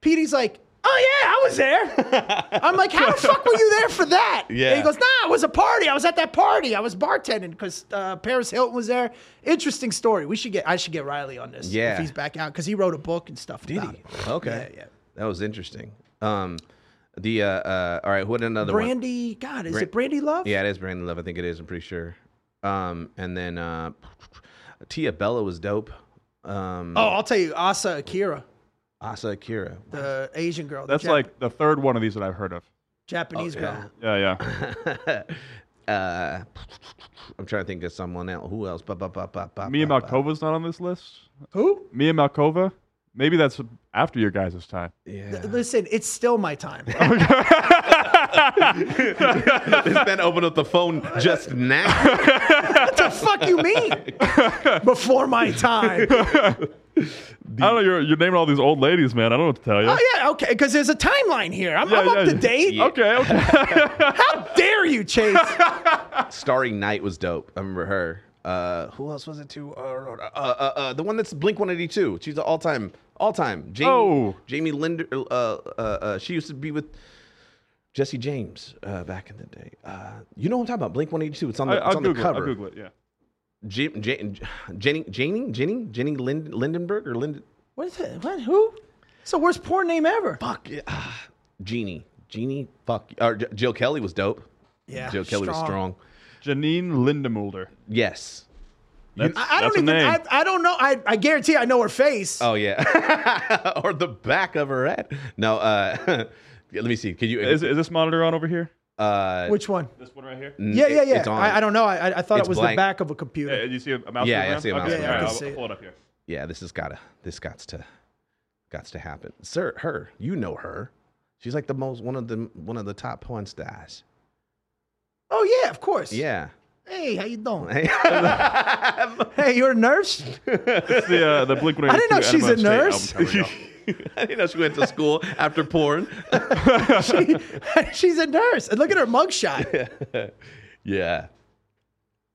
Speaker 1: Petey's like. Oh yeah, I was
Speaker 2: [LAUGHS]
Speaker 1: there. I'm like, how the fuck were you there for that?
Speaker 2: Yeah.
Speaker 1: And he goes, Nah, it was a party. I was at that party. I was bartending because uh, Paris Hilton was there. Interesting story. We should get. I should get Riley on this.
Speaker 2: Yeah.
Speaker 1: if he's back out because he wrote a book and stuff.
Speaker 2: Did
Speaker 1: about
Speaker 2: he?
Speaker 1: it.
Speaker 2: Okay.
Speaker 1: Yeah, yeah.
Speaker 2: That was interesting. Um, the uh, uh, all right. What another one?
Speaker 1: Brandy, God, is
Speaker 2: Bran-
Speaker 1: it Brandy Love?
Speaker 2: Yeah, it is Brandon Love. I think it is. I'm pretty sure. Um, and then uh, Tia Bella was dope. Um,
Speaker 1: Oh, I'll tell you, Asa Akira,
Speaker 2: Asa Akira.
Speaker 1: the Asian girl. the
Speaker 3: That's
Speaker 1: Jap-
Speaker 3: like the third one of these that I've heard of.
Speaker 2: oh,
Speaker 1: Japanese girl.
Speaker 3: Yeah, yeah.
Speaker 2: uh, I'm trying to think of someone else. Who else? Ba, ba, ba, ba, ba,
Speaker 3: Mia
Speaker 2: ba, ba.
Speaker 3: Malkova's not on this list.
Speaker 1: Who?
Speaker 3: Mia Malkova. Maybe that's after your guys' time.
Speaker 2: Yeah.
Speaker 1: Listen, it's still my time.
Speaker 2: [LAUGHS] this man opened up the phone just now.
Speaker 1: what the fuck you mean?
Speaker 2: [LAUGHS]
Speaker 1: Before my time.
Speaker 3: I don't know. You're, you're naming all these old ladies, man. I don't know what to tell you.
Speaker 1: Oh yeah, okay, because there's a timeline here. I'm, I'm
Speaker 3: Yeah,
Speaker 1: up
Speaker 3: yeah,
Speaker 1: to
Speaker 3: yeah.
Speaker 1: date.
Speaker 2: Yeah.
Speaker 3: [LAUGHS] Okay, okay.
Speaker 1: How dare you,
Speaker 3: [LAUGHS]
Speaker 1: Chase?
Speaker 2: [LAUGHS] Starry Night was dope. I remember her. Uh, who else was it too? Uh, uh, uh, uh, the one that's Blink 182. She's an all time, all time. Jamie,
Speaker 3: Oh.
Speaker 2: Jamie Linder. Uh, uh, uh, she used to be with Jesse James uh, back in the day. Uh, you know what I'm talking about? Blink 182. It's on the,
Speaker 3: I,
Speaker 2: it's
Speaker 3: [LAUGHS] I'll
Speaker 2: on
Speaker 3: Google
Speaker 2: the
Speaker 3: it. I'll
Speaker 2: cover.
Speaker 3: Google it. Yeah.
Speaker 2: Jim, Jan, Jenny, Janie, Jenny, Jenny Lind, Lindenberg or Linden.
Speaker 1: what is it? What? Who? It's the worst porn name ever.
Speaker 2: Fuck. yeah, [SIGHS] ah, Jeannie. Jeannie. Fuck. Or J- Jill Kelly was dope.
Speaker 1: Yeah,
Speaker 2: Jill Kelly was strong.
Speaker 3: Janine Lindemulder.
Speaker 2: Yes.
Speaker 3: That's,
Speaker 1: I, I
Speaker 3: that's
Speaker 1: don't
Speaker 3: a
Speaker 1: even.
Speaker 3: name.
Speaker 1: I, I don't know. I, I guarantee I know her face.
Speaker 2: Oh yeah, [LAUGHS] or the back of her head. No, uh, [LAUGHS] yeah, let me see. Can you?
Speaker 3: is, is this monitor on over here?
Speaker 2: uh,
Speaker 1: Which one?
Speaker 3: This one right here.
Speaker 2: n-
Speaker 1: Yeah, yeah,
Speaker 2: it-
Speaker 1: yeah.
Speaker 2: It's on.
Speaker 1: I, I don't know. I, I- I thought it
Speaker 2: It's
Speaker 1: was
Speaker 2: blank.
Speaker 1: the back of a computer.
Speaker 3: Yeah, do you see a mouse?
Speaker 2: Yeah, yeah, I
Speaker 3: going around?
Speaker 2: see a mouse
Speaker 3: Okay,
Speaker 1: going
Speaker 3: all right,
Speaker 1: around.
Speaker 3: I'll
Speaker 1: Yeah, I can
Speaker 3: pull it
Speaker 1: [LAUGHS]
Speaker 3: up here.
Speaker 2: Yeah, this has gotta. This got to. Got to happen, sir. Her, you know her. She's like the most one of the one of the top porn stars.
Speaker 1: Oh yeah, of course.
Speaker 2: Yeah. [LAUGHS]
Speaker 1: Hey, how you doing?
Speaker 2: Hey.
Speaker 1: Hey, you're a nurse. [LAUGHS]
Speaker 3: It's the uh, the Blink
Speaker 1: I didn't know she's a nurse.
Speaker 2: I didn't know she went to school after porn. [LAUGHS]
Speaker 1: She- she's a nurse. And look at her
Speaker 2: [LAUGHS]
Speaker 1: mugshot.
Speaker 2: yeah.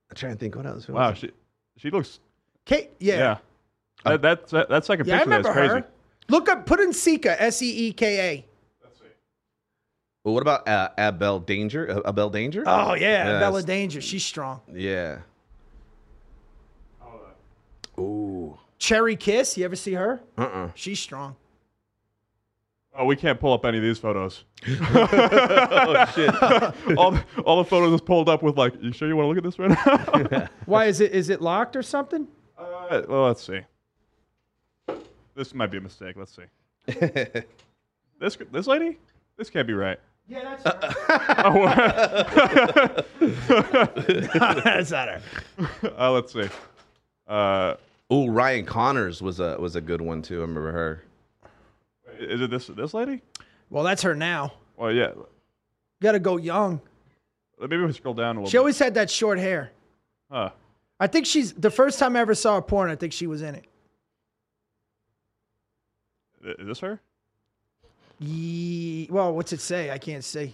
Speaker 2: I'm trying to think what else. Who
Speaker 3: [LAUGHS] Wow,
Speaker 2: else?
Speaker 3: she she looks
Speaker 1: Kate. Yeah.
Speaker 3: yeah.
Speaker 1: Yeah,
Speaker 3: That, that's that, that second
Speaker 1: I
Speaker 3: picture
Speaker 1: remember
Speaker 3: that's crazy.
Speaker 1: her. Look up. Put in Sika. S e e k a.
Speaker 2: Well, what about uh, Abel Danger? Uh, Abel Danger?
Speaker 1: Oh yeah,
Speaker 2: Yeah,
Speaker 1: Bella
Speaker 2: it's-
Speaker 1: Danger. She's strong.
Speaker 2: Yeah. Ooh. [LAUGHS]
Speaker 1: Cherry Kiss. You ever see her?
Speaker 2: Uh uh
Speaker 1: She's strong.
Speaker 3: Oh, we can't pull up any of these photos.
Speaker 2: [LAUGHS] Oh shit.
Speaker 3: [LAUGHS] all the, all the photos is pulled up with like, you sure you want to look
Speaker 2: [LAUGHS]
Speaker 3: at [LAUGHS] this right now?
Speaker 1: Why is it is it locked or something?
Speaker 3: uh, well, let's see. This might be a mistake. Let's see. This this lady, this can't be right.
Speaker 1: Yeah, that's her.
Speaker 2: [LAUGHS]
Speaker 3: [LAUGHS] Oh, uh,
Speaker 1: [LAUGHS] that's not her.
Speaker 3: let's see. Uh,
Speaker 2: Ooh, Ryan Connors was a was a good one too. I remember her.
Speaker 3: is it this this lady?
Speaker 1: Well, that's her now.
Speaker 3: Well, yeah.
Speaker 1: Got to go young.
Speaker 3: Maybe we scroll down a little.
Speaker 1: She
Speaker 3: bit.
Speaker 1: always had that short hair.
Speaker 3: Huh.
Speaker 1: I think she's the first time I ever saw her porn. I think she was in it.
Speaker 3: Is this her?
Speaker 1: Ye- well, what's it say? I can't see.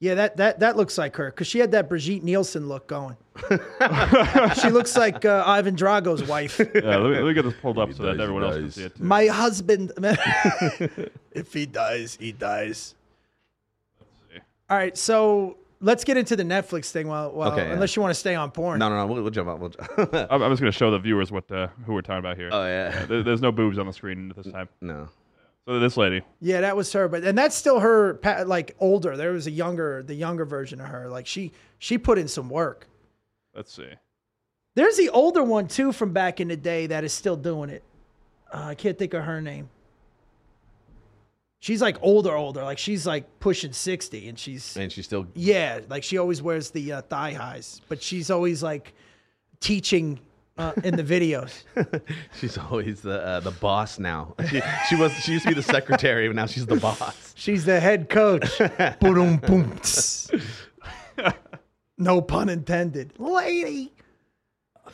Speaker 1: Yeah, that that that looks like her because she had that Brigitte Nielsen look going. she looks like uh, [LAUGHS] Ivan Drago's wife.
Speaker 3: [LAUGHS] Yeah, let me, let me get this pulled up so
Speaker 2: does,
Speaker 3: that
Speaker 2: he
Speaker 3: everyone else can
Speaker 2: does.
Speaker 3: see it. Too.
Speaker 1: My husband. [LAUGHS] if he dies, he dies. All right, so let's get into the Netflix thing. While, while
Speaker 2: Okay, yeah.
Speaker 1: unless you want to stay on porn.
Speaker 2: No, no, no. We'll, we'll jump out. [LAUGHS] We'll ju-
Speaker 3: I'm, I'm just gonna show the viewers what uh, who we're talking about here.
Speaker 2: oh yeah.
Speaker 3: There- there's no boobs on the screen this time.
Speaker 2: No.
Speaker 3: So this lady,
Speaker 1: Yeah, that was her, but and that's still her, pa- like older. There was a younger, the younger version of her. Like she, she put in some work.
Speaker 3: Let's see.
Speaker 1: There's the older one too from back in the day that is still doing it. Uh, I can't think of her name. She's like older, older. Like she's like pushing sixty, and she's
Speaker 2: and she's still
Speaker 1: yeah, like she always wears the uh, thigh highs, but she's always like teaching uh, in the videos.
Speaker 2: she's always the uh, the boss now. [LAUGHS] She, she was she used to be the secretary, but now she's the boss.
Speaker 1: [LAUGHS] She's the head [LAUGHS] coach. Boom, boom. tss. [LAUGHS] no pun intended, lady.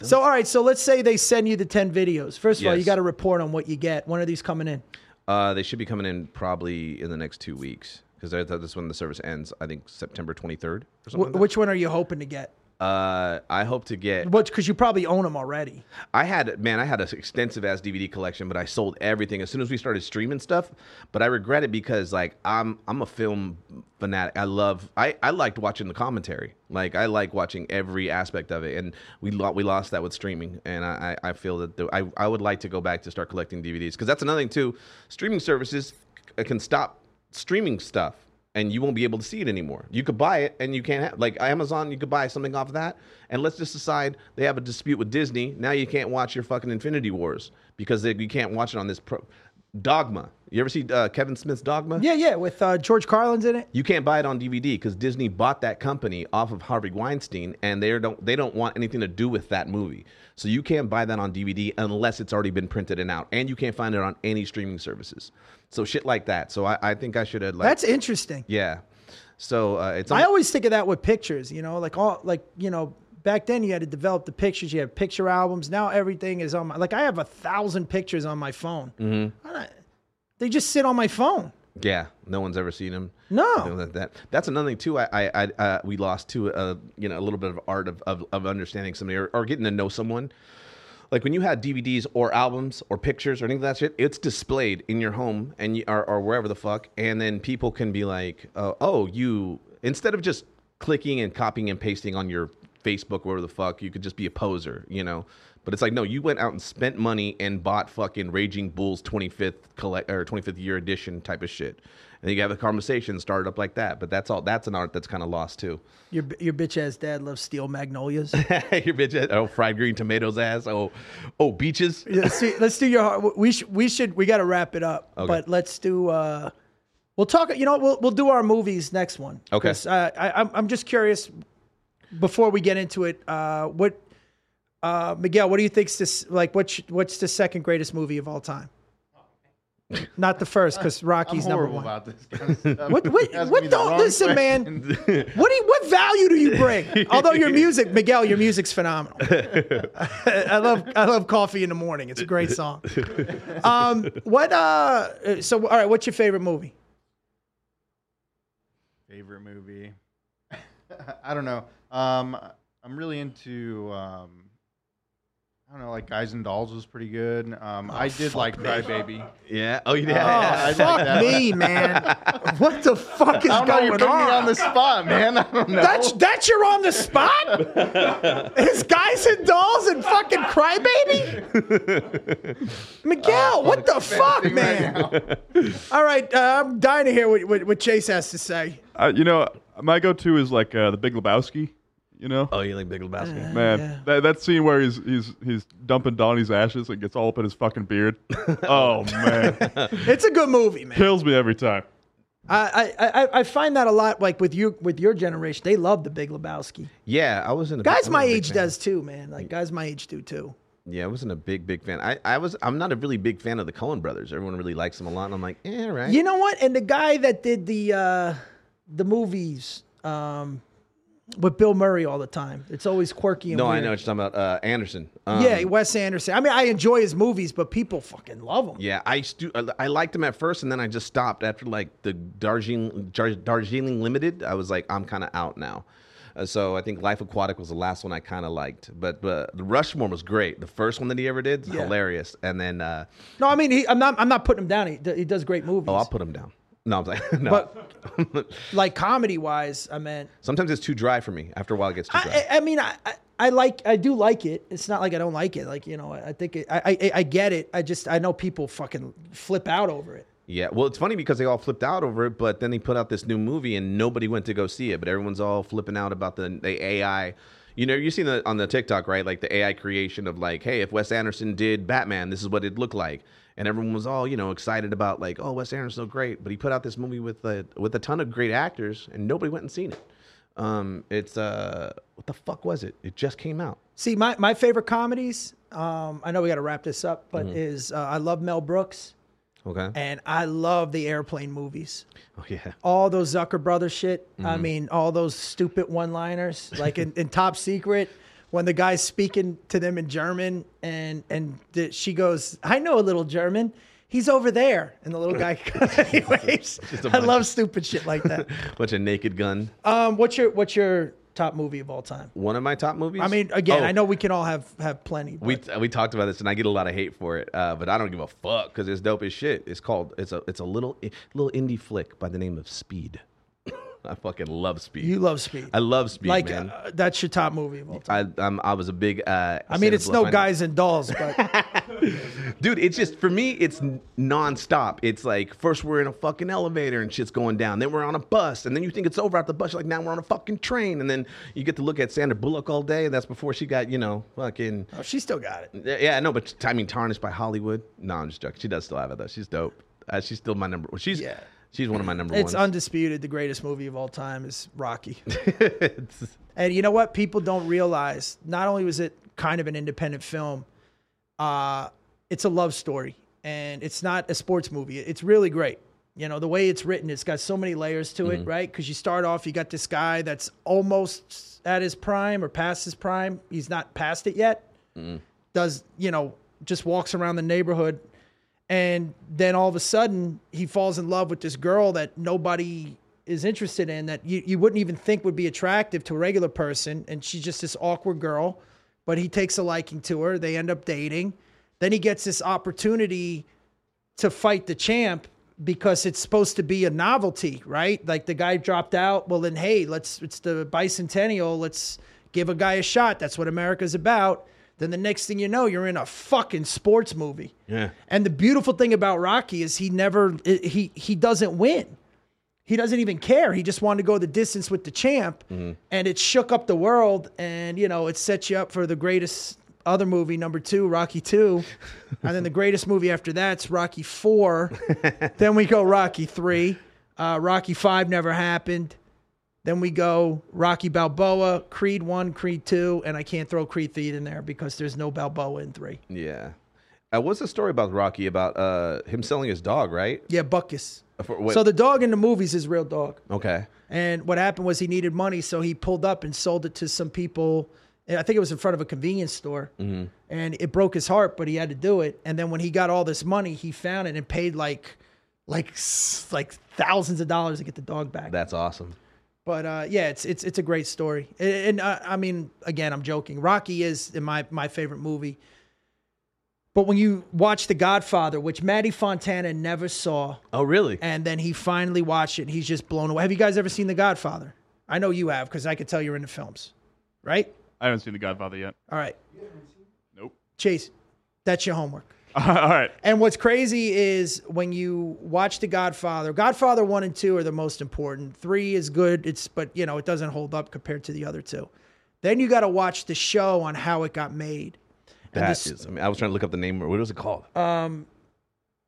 Speaker 1: So, all right. So let's say they send you the ten videos. First of all, you
Speaker 2: Yes.
Speaker 1: got to report on what you get. When are these coming in?
Speaker 2: Uh, they should be coming in probably in the next two weeks because that's when the service ends. I think September 23rd or something.
Speaker 1: Wh- which one are you hoping to get?
Speaker 2: Uh, I hope to get.
Speaker 1: What? Because you probably own them already.
Speaker 2: I had man, I had an extensive ass DVD collection, but I sold everything as soon as we started streaming stuff. But I regret it because like I'm I'm a film fanatic. I love I I liked watching the commentary. Like I like watching every aspect of it, and we lo- we lost that with streaming. And I I I feel that the, I I would like to go back to start collecting DVDs because that's another thing too. Streaming services c- can stop streaming stuff. And you won't be able to see it anymore. You could buy it, and you can't have like Amazon. You could buy something off of that, and let's just decide they have a dispute with Disney. Now you can't watch your fucking Infinity Wars because they, you can't watch it on this pro. Dogma. You ever see uh, Kevin Smith's Dogma?
Speaker 1: Yeah, yeah. With uh, George Carlin's in it.
Speaker 2: You can't buy it on DVD because Disney bought that company off of Harvey Weinstein, and they don't they don't want anything to do with that movie. So you can't buy that on DVD unless it's already been printed and out, and you can't find it on any streaming services. So shit like that. So I, I think I should have like
Speaker 1: That's interesting.
Speaker 2: yeah. So uh, it's
Speaker 1: I always think of that with pictures, you know, like all like you know back then you had to develop the pictures. You had picture albums. Now everything is on my like I have a thousand pictures on my phone. I don't- they just sit on my phone.
Speaker 2: yeah. No one's ever seen him. Something
Speaker 1: No,
Speaker 2: like that. That's another thing too. I, I, I uh, we lost too. Uh, you know, a little bit of art of, of, of understanding somebody or, or getting to know someone. Like when you had DVDs or albums or pictures or any of that shit, it's displayed in your home and you, or, or wherever the fuck, and then people can be like, uh, "Oh, you." Instead of just clicking and copying and pasting on your Facebook, wherever the fuck, you could just be a poser, you know. But it's like, no, you went out and spent money and bought fucking Raging Bulls 25th collect or 25th year edition type of shit. And you have a conversation started up like that. But that's all. That's an art that's kind of lost too. [LAUGHS]
Speaker 1: your your bitch ass dad loves steel magnolias.
Speaker 2: Your bitch. ass- Oh, fried green tomatoes ass. Oh, oh, beaches.
Speaker 1: Yeah, let's do, let's do your heart. We should we should we got to wrap it up.
Speaker 2: Okay.
Speaker 1: But let's do. uh We'll talk. You know, we'll we'll do our movies next one.
Speaker 2: Okay.
Speaker 1: 'Cause, Uh, I, I'm I'm just curious. Before we get into it, uh, what uh, Miguel? What do you think's this like? What's what's the second greatest movie of all time? Not the first, because
Speaker 4: I'm
Speaker 1: Rocky's number
Speaker 4: horrible
Speaker 1: one.
Speaker 4: about this
Speaker 2: [LAUGHS]
Speaker 4: kind of stuff.
Speaker 1: What what,
Speaker 4: You're asking me
Speaker 1: what
Speaker 4: the
Speaker 1: don't
Speaker 4: wrong
Speaker 1: listen,
Speaker 4: question. [LAUGHS]
Speaker 1: man? What do you, what value do you bring? Although your music, Miguel, your music's phenomenal. I love I love Coffee in the Morning. It's a great song. Um, what uh? So all right, what's your favorite movie?
Speaker 4: Favorite movie? [LAUGHS] I don't know. Um, I'm really into. Um, I don't know. Like Guys and Dolls was pretty good. Um, I did like Cry Baby.
Speaker 2: Yeah. Oh,
Speaker 1: Oh,
Speaker 2: yeah.
Speaker 4: I like
Speaker 1: fuck
Speaker 4: that
Speaker 1: me, man. What the fuck is
Speaker 4: I don't know. You're
Speaker 1: going
Speaker 4: putting me on
Speaker 1: on?
Speaker 4: the spot, man. [LAUGHS] I don't know.
Speaker 1: That's that's you're on the spot. It's guys and dolls and fucking crybaby.
Speaker 4: Uh,
Speaker 1: Miguel, what the fuck,
Speaker 4: Thing right
Speaker 1: man?
Speaker 4: now.
Speaker 1: All right, uh, I'm dying to hear what, what, what Chase has to say.
Speaker 3: Uh, you know, my go-to is like uh, the Big Lebowski. You know,
Speaker 2: oh, you like Big Lebowski?
Speaker 3: man,
Speaker 1: yeah.
Speaker 3: that, that scene where he's he's he's dumping Donnie's ashes and gets all up in his fucking
Speaker 1: [LAUGHS]
Speaker 3: beard. oh man,
Speaker 1: It's a good movie, man.
Speaker 3: kills me every time.
Speaker 1: I, I, I- I find that a lot. Like with you, with your generation, they love the Big Lebowski.
Speaker 2: yeah, I was in. A
Speaker 1: Guys
Speaker 2: I'm
Speaker 1: my
Speaker 2: a big
Speaker 1: age
Speaker 2: fan.
Speaker 1: does too, man. Like guys my age do too.
Speaker 2: Yeah, I wasn't a big, big fan. I, I was. I'm not a really big fan of the Cohen brothers. Everyone really likes them a lot, and I'm like, eh, all right.
Speaker 1: You know what? And the guy that did the uh, the movies um, with Bill Murray all the time. It's always quirky. And
Speaker 2: no, I
Speaker 1: weird.
Speaker 2: know what you're talking about. Uh, Anderson. Um,
Speaker 1: Yeah, Wes Anderson. I mean, I enjoy his movies, but people fucking love him.
Speaker 2: Yeah, I stu- I- I liked them at first, and then I just stopped after like the Darjeeling, Jar- Darjeeling Limited. I was like, I'm kind of out now. Uh, so I think Life Aquatic was the last one I kind of liked, but but the Rushmore was great. The first one that he ever did,
Speaker 1: Yeah.
Speaker 2: hilarious. And then uh,
Speaker 1: No, I mean, he, I'm not. I'm not putting him down. He, d- he does great movies.
Speaker 2: oh, I'll put him down. No, I'm [LAUGHS] like, no. [LAUGHS]
Speaker 1: But- like comedy wise, I meant.
Speaker 2: Sometimes it's too dry for me. After a while, it gets too dry.
Speaker 1: I, eh, I I mean, I, I- I like, I do like it. It's not like I don't like it. Like, you know, I I think it, I, I, I get it. I just, I know people fucking flip out over it.
Speaker 2: Yeah, well, it's funny because they all flipped out over it, but then they put out this new movie and nobody went to go see it. But everyone's all flipping out about the, the AI. You You know, you've seen the, on the TikTok, right? Like the AI creation of like, hey, if Wes Anderson did Batman, this is what it'd look like. And everyone was all, you know, excited about like, oh, Wes Anderson's so great, but he put out this movie with a with a ton of great actors, and nobody went and seen it. Um, it's uh, what the fuck was it? It just came out.
Speaker 1: See, my, my favorite comedies, um, I know we got to wrap this up, but is uh, I love Mel Brooks
Speaker 2: Okay.
Speaker 1: and I love the airplane movies.
Speaker 2: Oh yeah.
Speaker 1: All those Zucker brother shit. I
Speaker 2: Mm-hmm.
Speaker 1: mean, all those stupid one liners. Like in, in Top Secret, when the guy's speaking to them in German and and the, she goes, I know a little German. He's over there. And the little guy [LAUGHS] he waves.
Speaker 2: [LAUGHS] Just a
Speaker 1: I
Speaker 2: bunch
Speaker 1: love
Speaker 2: of-
Speaker 1: stupid shit like that.
Speaker 2: Bunch of naked gun.
Speaker 1: Um, what's your what's your top movie of all time?
Speaker 2: One of my top movies.
Speaker 1: I mean, again,
Speaker 2: Oh,
Speaker 1: I know we can all have have plenty. But
Speaker 2: we uh, we talked about this, and I get a lot of hate for it, uh, but I don't give a fuck because it's dope as shit. It's called it's a it's a little eh, little indie flick by the name of Speed. [LAUGHS] I fucking love Speed.
Speaker 1: you love Speed.
Speaker 2: I love Speed,
Speaker 1: like
Speaker 2: man.
Speaker 1: uh, that's your top movie of all time.
Speaker 2: I um, I was a big. Uh,
Speaker 1: I mean,
Speaker 2: Santa
Speaker 1: it's
Speaker 2: Bla-
Speaker 1: no
Speaker 2: fan.
Speaker 1: guys and dolls, but [LAUGHS]
Speaker 2: dude. It's just for me. It's n- nonstop. It's like first we're in a fucking elevator and shit's going down. Then we're on a bus, and then you think it's over after the bus. You're like now we're on a fucking train, and then you get to look at Sandra Bullock all day, and that's before she got you know fucking
Speaker 1: oh, she still got it.
Speaker 2: Yeah, I know, but I mean, tarnished by Hollywood. No, I'm just joking. She does still have it though. She's dope. Uh, she's still my number. Well, she's
Speaker 1: Yeah.
Speaker 2: she's one of my number
Speaker 1: It's
Speaker 2: ones.
Speaker 1: undisputed the greatest movie of all time is Rocky. [LAUGHS] and you know what? People don't realize not only was it kind of an independent film, uh, it's a love story and it's not a sports movie. It's really great. You know, the way it's written, it's got so many layers to it, right? Because you start off, you got this guy that's almost at his prime or past his prime. He's not past it yet. Does, you know, just walks around the neighborhood and then all of a sudden he falls in love with this girl that nobody is interested in that you, you wouldn't even think would be attractive to a regular person and she's just this awkward girl but he takes a liking to her they end up dating then he gets this opportunity to fight the champ because it's supposed to be a novelty, right? Like the guy dropped out. Well, then, hey, let's, it's the bicentennial. Let's give a guy a shot. That's what America's about. Then the next thing you know, you're in a fucking sports movie.
Speaker 2: Yeah.
Speaker 1: And the beautiful thing about Rocky is he never, he, he doesn't win. He doesn't even care. He just wanted to go the distance with the champ.
Speaker 2: Mm-hmm.
Speaker 1: And it shook up the world. And, you know, it set you up for the greatest other movie, number two, Rocky
Speaker 2: [LAUGHS]
Speaker 1: 2. and then the greatest movie after that's Rocky
Speaker 2: [LAUGHS]
Speaker 1: 4. then we go Rocky 3. Uh, Rocky 5 never happened. Then we go Rocky Balboa, Creed 1, Creed 2. And I can't throw Creed 3 in there because there's no Balboa in 3.
Speaker 2: [LAUGHS] yeah. Uh, what's the story about Rocky about uh, him selling his dog? Right.
Speaker 1: Yeah, Buckus.
Speaker 2: For- what-
Speaker 1: So the dog in the movies is real dog.
Speaker 2: okay.
Speaker 1: And what happened was he needed money, so he pulled up and sold it to some people. And I think it was in front of a convenience store. And it broke his heart, but he had to do it. And then when he got all this money, he found it and paid like, like, s- like thousands of dollars to get the dog back.
Speaker 2: That's awesome.
Speaker 1: But uh, yeah, it's it's it's a great story. And, and uh, I mean, again, I'm joking. Rocky is my my favorite movie. But when you watch The Godfather, which Matty Fontana never saw,
Speaker 2: Oh really?
Speaker 1: and then he finally watched it. And he's just blown away. Have you guys ever seen The Godfather? I know you have because I could tell you're into films, right?
Speaker 3: I haven't seen The Godfather yet. [LAUGHS]
Speaker 1: All right,
Speaker 3: Nope.
Speaker 1: Chase, that's your homework.
Speaker 3: All right.
Speaker 1: And what's crazy is when you watch The Godfather. Godfather one and two are the most important. Three is good. It's but you know it doesn't hold up compared to the other two. Then you got to watch the show on how it got made. And
Speaker 2: That
Speaker 1: this-
Speaker 2: is. I mean, I was trying to look up the name. What was it called? Um.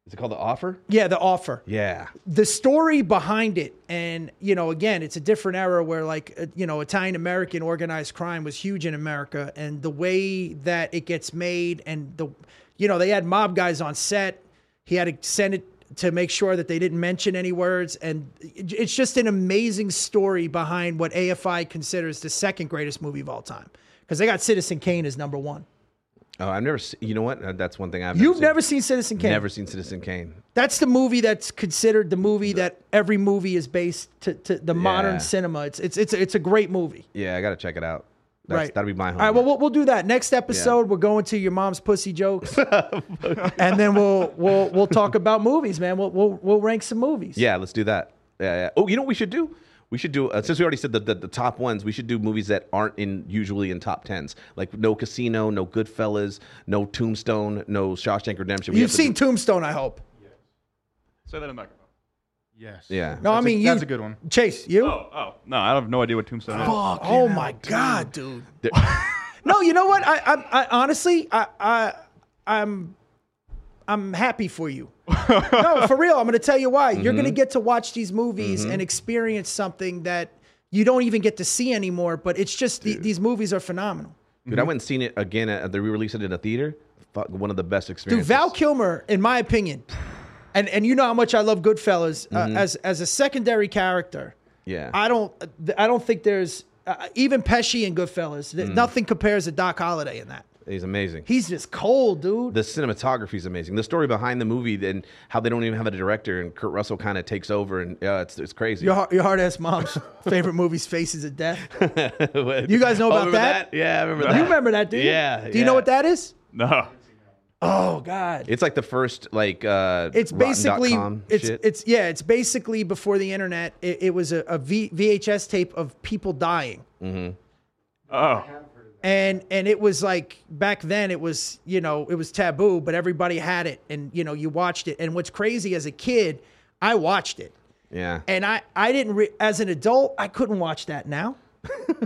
Speaker 2: Is it called The Offer?
Speaker 1: Yeah, the offer.
Speaker 2: Yeah.
Speaker 1: the story behind it and you know again it's a different era where like uh, you know italian american organized crime was huge in america and the way that it gets made and the you know they had mob guys on set he had to send it to make sure that they didn't mention any words and it- it's just an amazing story behind what afi considers the second greatest movie of all time because they got citizen kane as number one
Speaker 2: Oh, I've never. Se- you know what? Uh, That's one thing I've.
Speaker 1: you've
Speaker 2: never
Speaker 1: never
Speaker 2: seen.
Speaker 1: seen citizen kane
Speaker 2: Never seen Citizen Kane.
Speaker 1: that's the movie that's considered the movie that every movie is based to, to the
Speaker 2: Yeah.
Speaker 1: modern cinema. It's it's it's a, it's a great movie.
Speaker 2: Yeah, I gotta check it out. That's,
Speaker 1: right.
Speaker 2: That'll be my home.
Speaker 1: All right, well, we'll we'll do that next episode. We're going to your mom's pussy jokes, and then we'll we'll we'll talk about movies, man. We'll we'll, we'll rank some movies.
Speaker 2: Yeah, let's do that. Yeah, yeah. Oh, you know what we should do? We should do uh, since we already said the, the the top ones. We should do movies that aren't in usually in top tens, like no Casino, no Goodfellas, no Tombstone, no Shawshank Redemption. We
Speaker 1: you've
Speaker 2: have to
Speaker 1: seen
Speaker 2: do-
Speaker 1: Tombstone, I hope.
Speaker 3: Say that in the microphone.
Speaker 4: Yes.
Speaker 2: Yeah.
Speaker 1: No, I
Speaker 4: That's a-
Speaker 1: mean you.
Speaker 4: That's a good one.
Speaker 1: Chase, you.
Speaker 3: Oh, oh no, I have no idea what Tombstone is.
Speaker 1: Fuck. Oh my god, dude. [LAUGHS] no, you know what? I, I, I honestly, I, I, I'm, I'm happy for you. no, for real. I'm going to tell you why. You're going to get to watch these movies and experience something that you don't even get to see anymore. But it's just the, these movies are phenomenal.
Speaker 2: Dude, I went and seen it again at the re-release it in a theater. Fuck, one of the best
Speaker 1: Dude,
Speaker 2: experiences.
Speaker 1: Val Kilmer, in my opinion, and and you know how much I love Goodfellas uh, as as a secondary character.
Speaker 2: Yeah.
Speaker 1: I don't I don't think there's uh, even Pesci in Goodfellas.
Speaker 2: Hmm.
Speaker 1: th- Nothing compares to Doc Holliday in that.
Speaker 2: He's amazing.
Speaker 1: He's just cold, dude.
Speaker 2: the cinematography is amazing. The story behind the movie, then how they don't even have a director, and Kurt Russell kind of takes over, and uh, it's it's crazy. [LAUGHS]
Speaker 1: your har- your hard ass mom's [LAUGHS] favorite movie's Faces of Death.
Speaker 2: What?
Speaker 1: You guys know
Speaker 2: Oh,
Speaker 1: about
Speaker 2: remember
Speaker 1: that?
Speaker 2: Yeah, I remember that. [LAUGHS]
Speaker 1: You remember that, dude?
Speaker 2: Yeah,
Speaker 1: Do you know
Speaker 2: yeah.
Speaker 1: what that is?
Speaker 3: No.
Speaker 1: Oh God.
Speaker 2: It's like the first like uh,
Speaker 1: it's basically
Speaker 2: rotten.com
Speaker 1: it's
Speaker 2: shit.
Speaker 1: it's yeah it's basically before the internet it, it was a, a v, VHS tape of people dying
Speaker 3: Oh.
Speaker 1: and and it was like back then it was you know it was taboo but everybody had it and you know you watched it and what's crazy as a kid I watched it
Speaker 2: yeah.
Speaker 1: and I I didn't re- as an adult I couldn't watch that now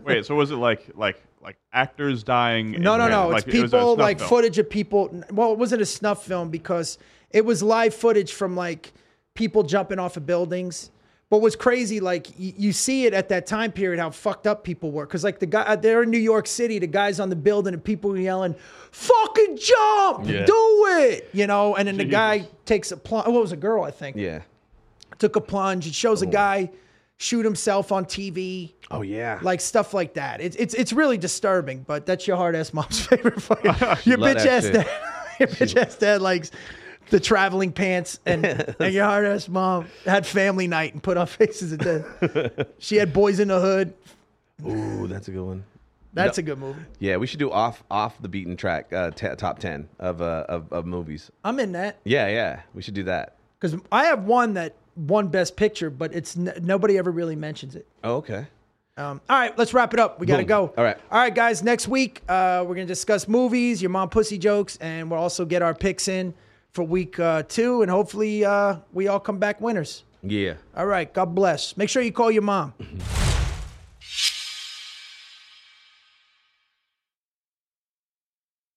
Speaker 3: Wait. So was it like like like actors dying? in-
Speaker 1: No, no, no. it's
Speaker 3: like, it was a
Speaker 1: people
Speaker 3: snuff
Speaker 1: like
Speaker 3: film?
Speaker 1: footage of people. Well, it wasn't a snuff film because it was live footage from like people jumping off of buildings. But what's crazy, like you, you see it at that time period, how fucked up people were. Because like the guy, uh, they're in New York City, the guys on the building, and people were yelling, "Fucking jump, do it," you know. And then the guy takes a plunge. Well, it was a girl, I think.
Speaker 2: yeah.
Speaker 1: Took a plunge. It shows
Speaker 3: Oh.
Speaker 1: a guy shoot himself on TV
Speaker 2: Oh yeah.
Speaker 1: like stuff like that. It's it's it's really disturbing, but that's your hard ass mom's [LAUGHS] favorite fucking your
Speaker 2: [LAUGHS] Love
Speaker 1: bitch
Speaker 2: that
Speaker 1: ass
Speaker 2: shit.
Speaker 1: dad. [LAUGHS] your bitch ass dad likes the traveling pants and,
Speaker 2: [LAUGHS]
Speaker 1: and your hard ass mom had family night and put on [LAUGHS] faces of death.
Speaker 2: [LAUGHS]
Speaker 1: she had boys in the hood.
Speaker 2: Ooh, that's a good one.
Speaker 1: That's a good movie.
Speaker 2: Yeah, we should do off off the beaten track uh, t- top ten of, uh, of of movies.
Speaker 1: I'm in that
Speaker 2: Yeah, yeah, we should do that.
Speaker 1: because I have one that won best picture, but it's n- nobody ever really mentions it.
Speaker 2: Oh, okay.
Speaker 1: Um, all right, let's wrap it up. We got to
Speaker 2: Boom.
Speaker 1: go.
Speaker 2: All right.
Speaker 1: All right, guys. Next week, uh, we're going to discuss movies, your mom pussy jokes, and we'll also get our picks in for week uh, two. And hopefully, uh, we all come back winners.
Speaker 2: Yeah.
Speaker 1: All right. God bless. Make sure you call your mom.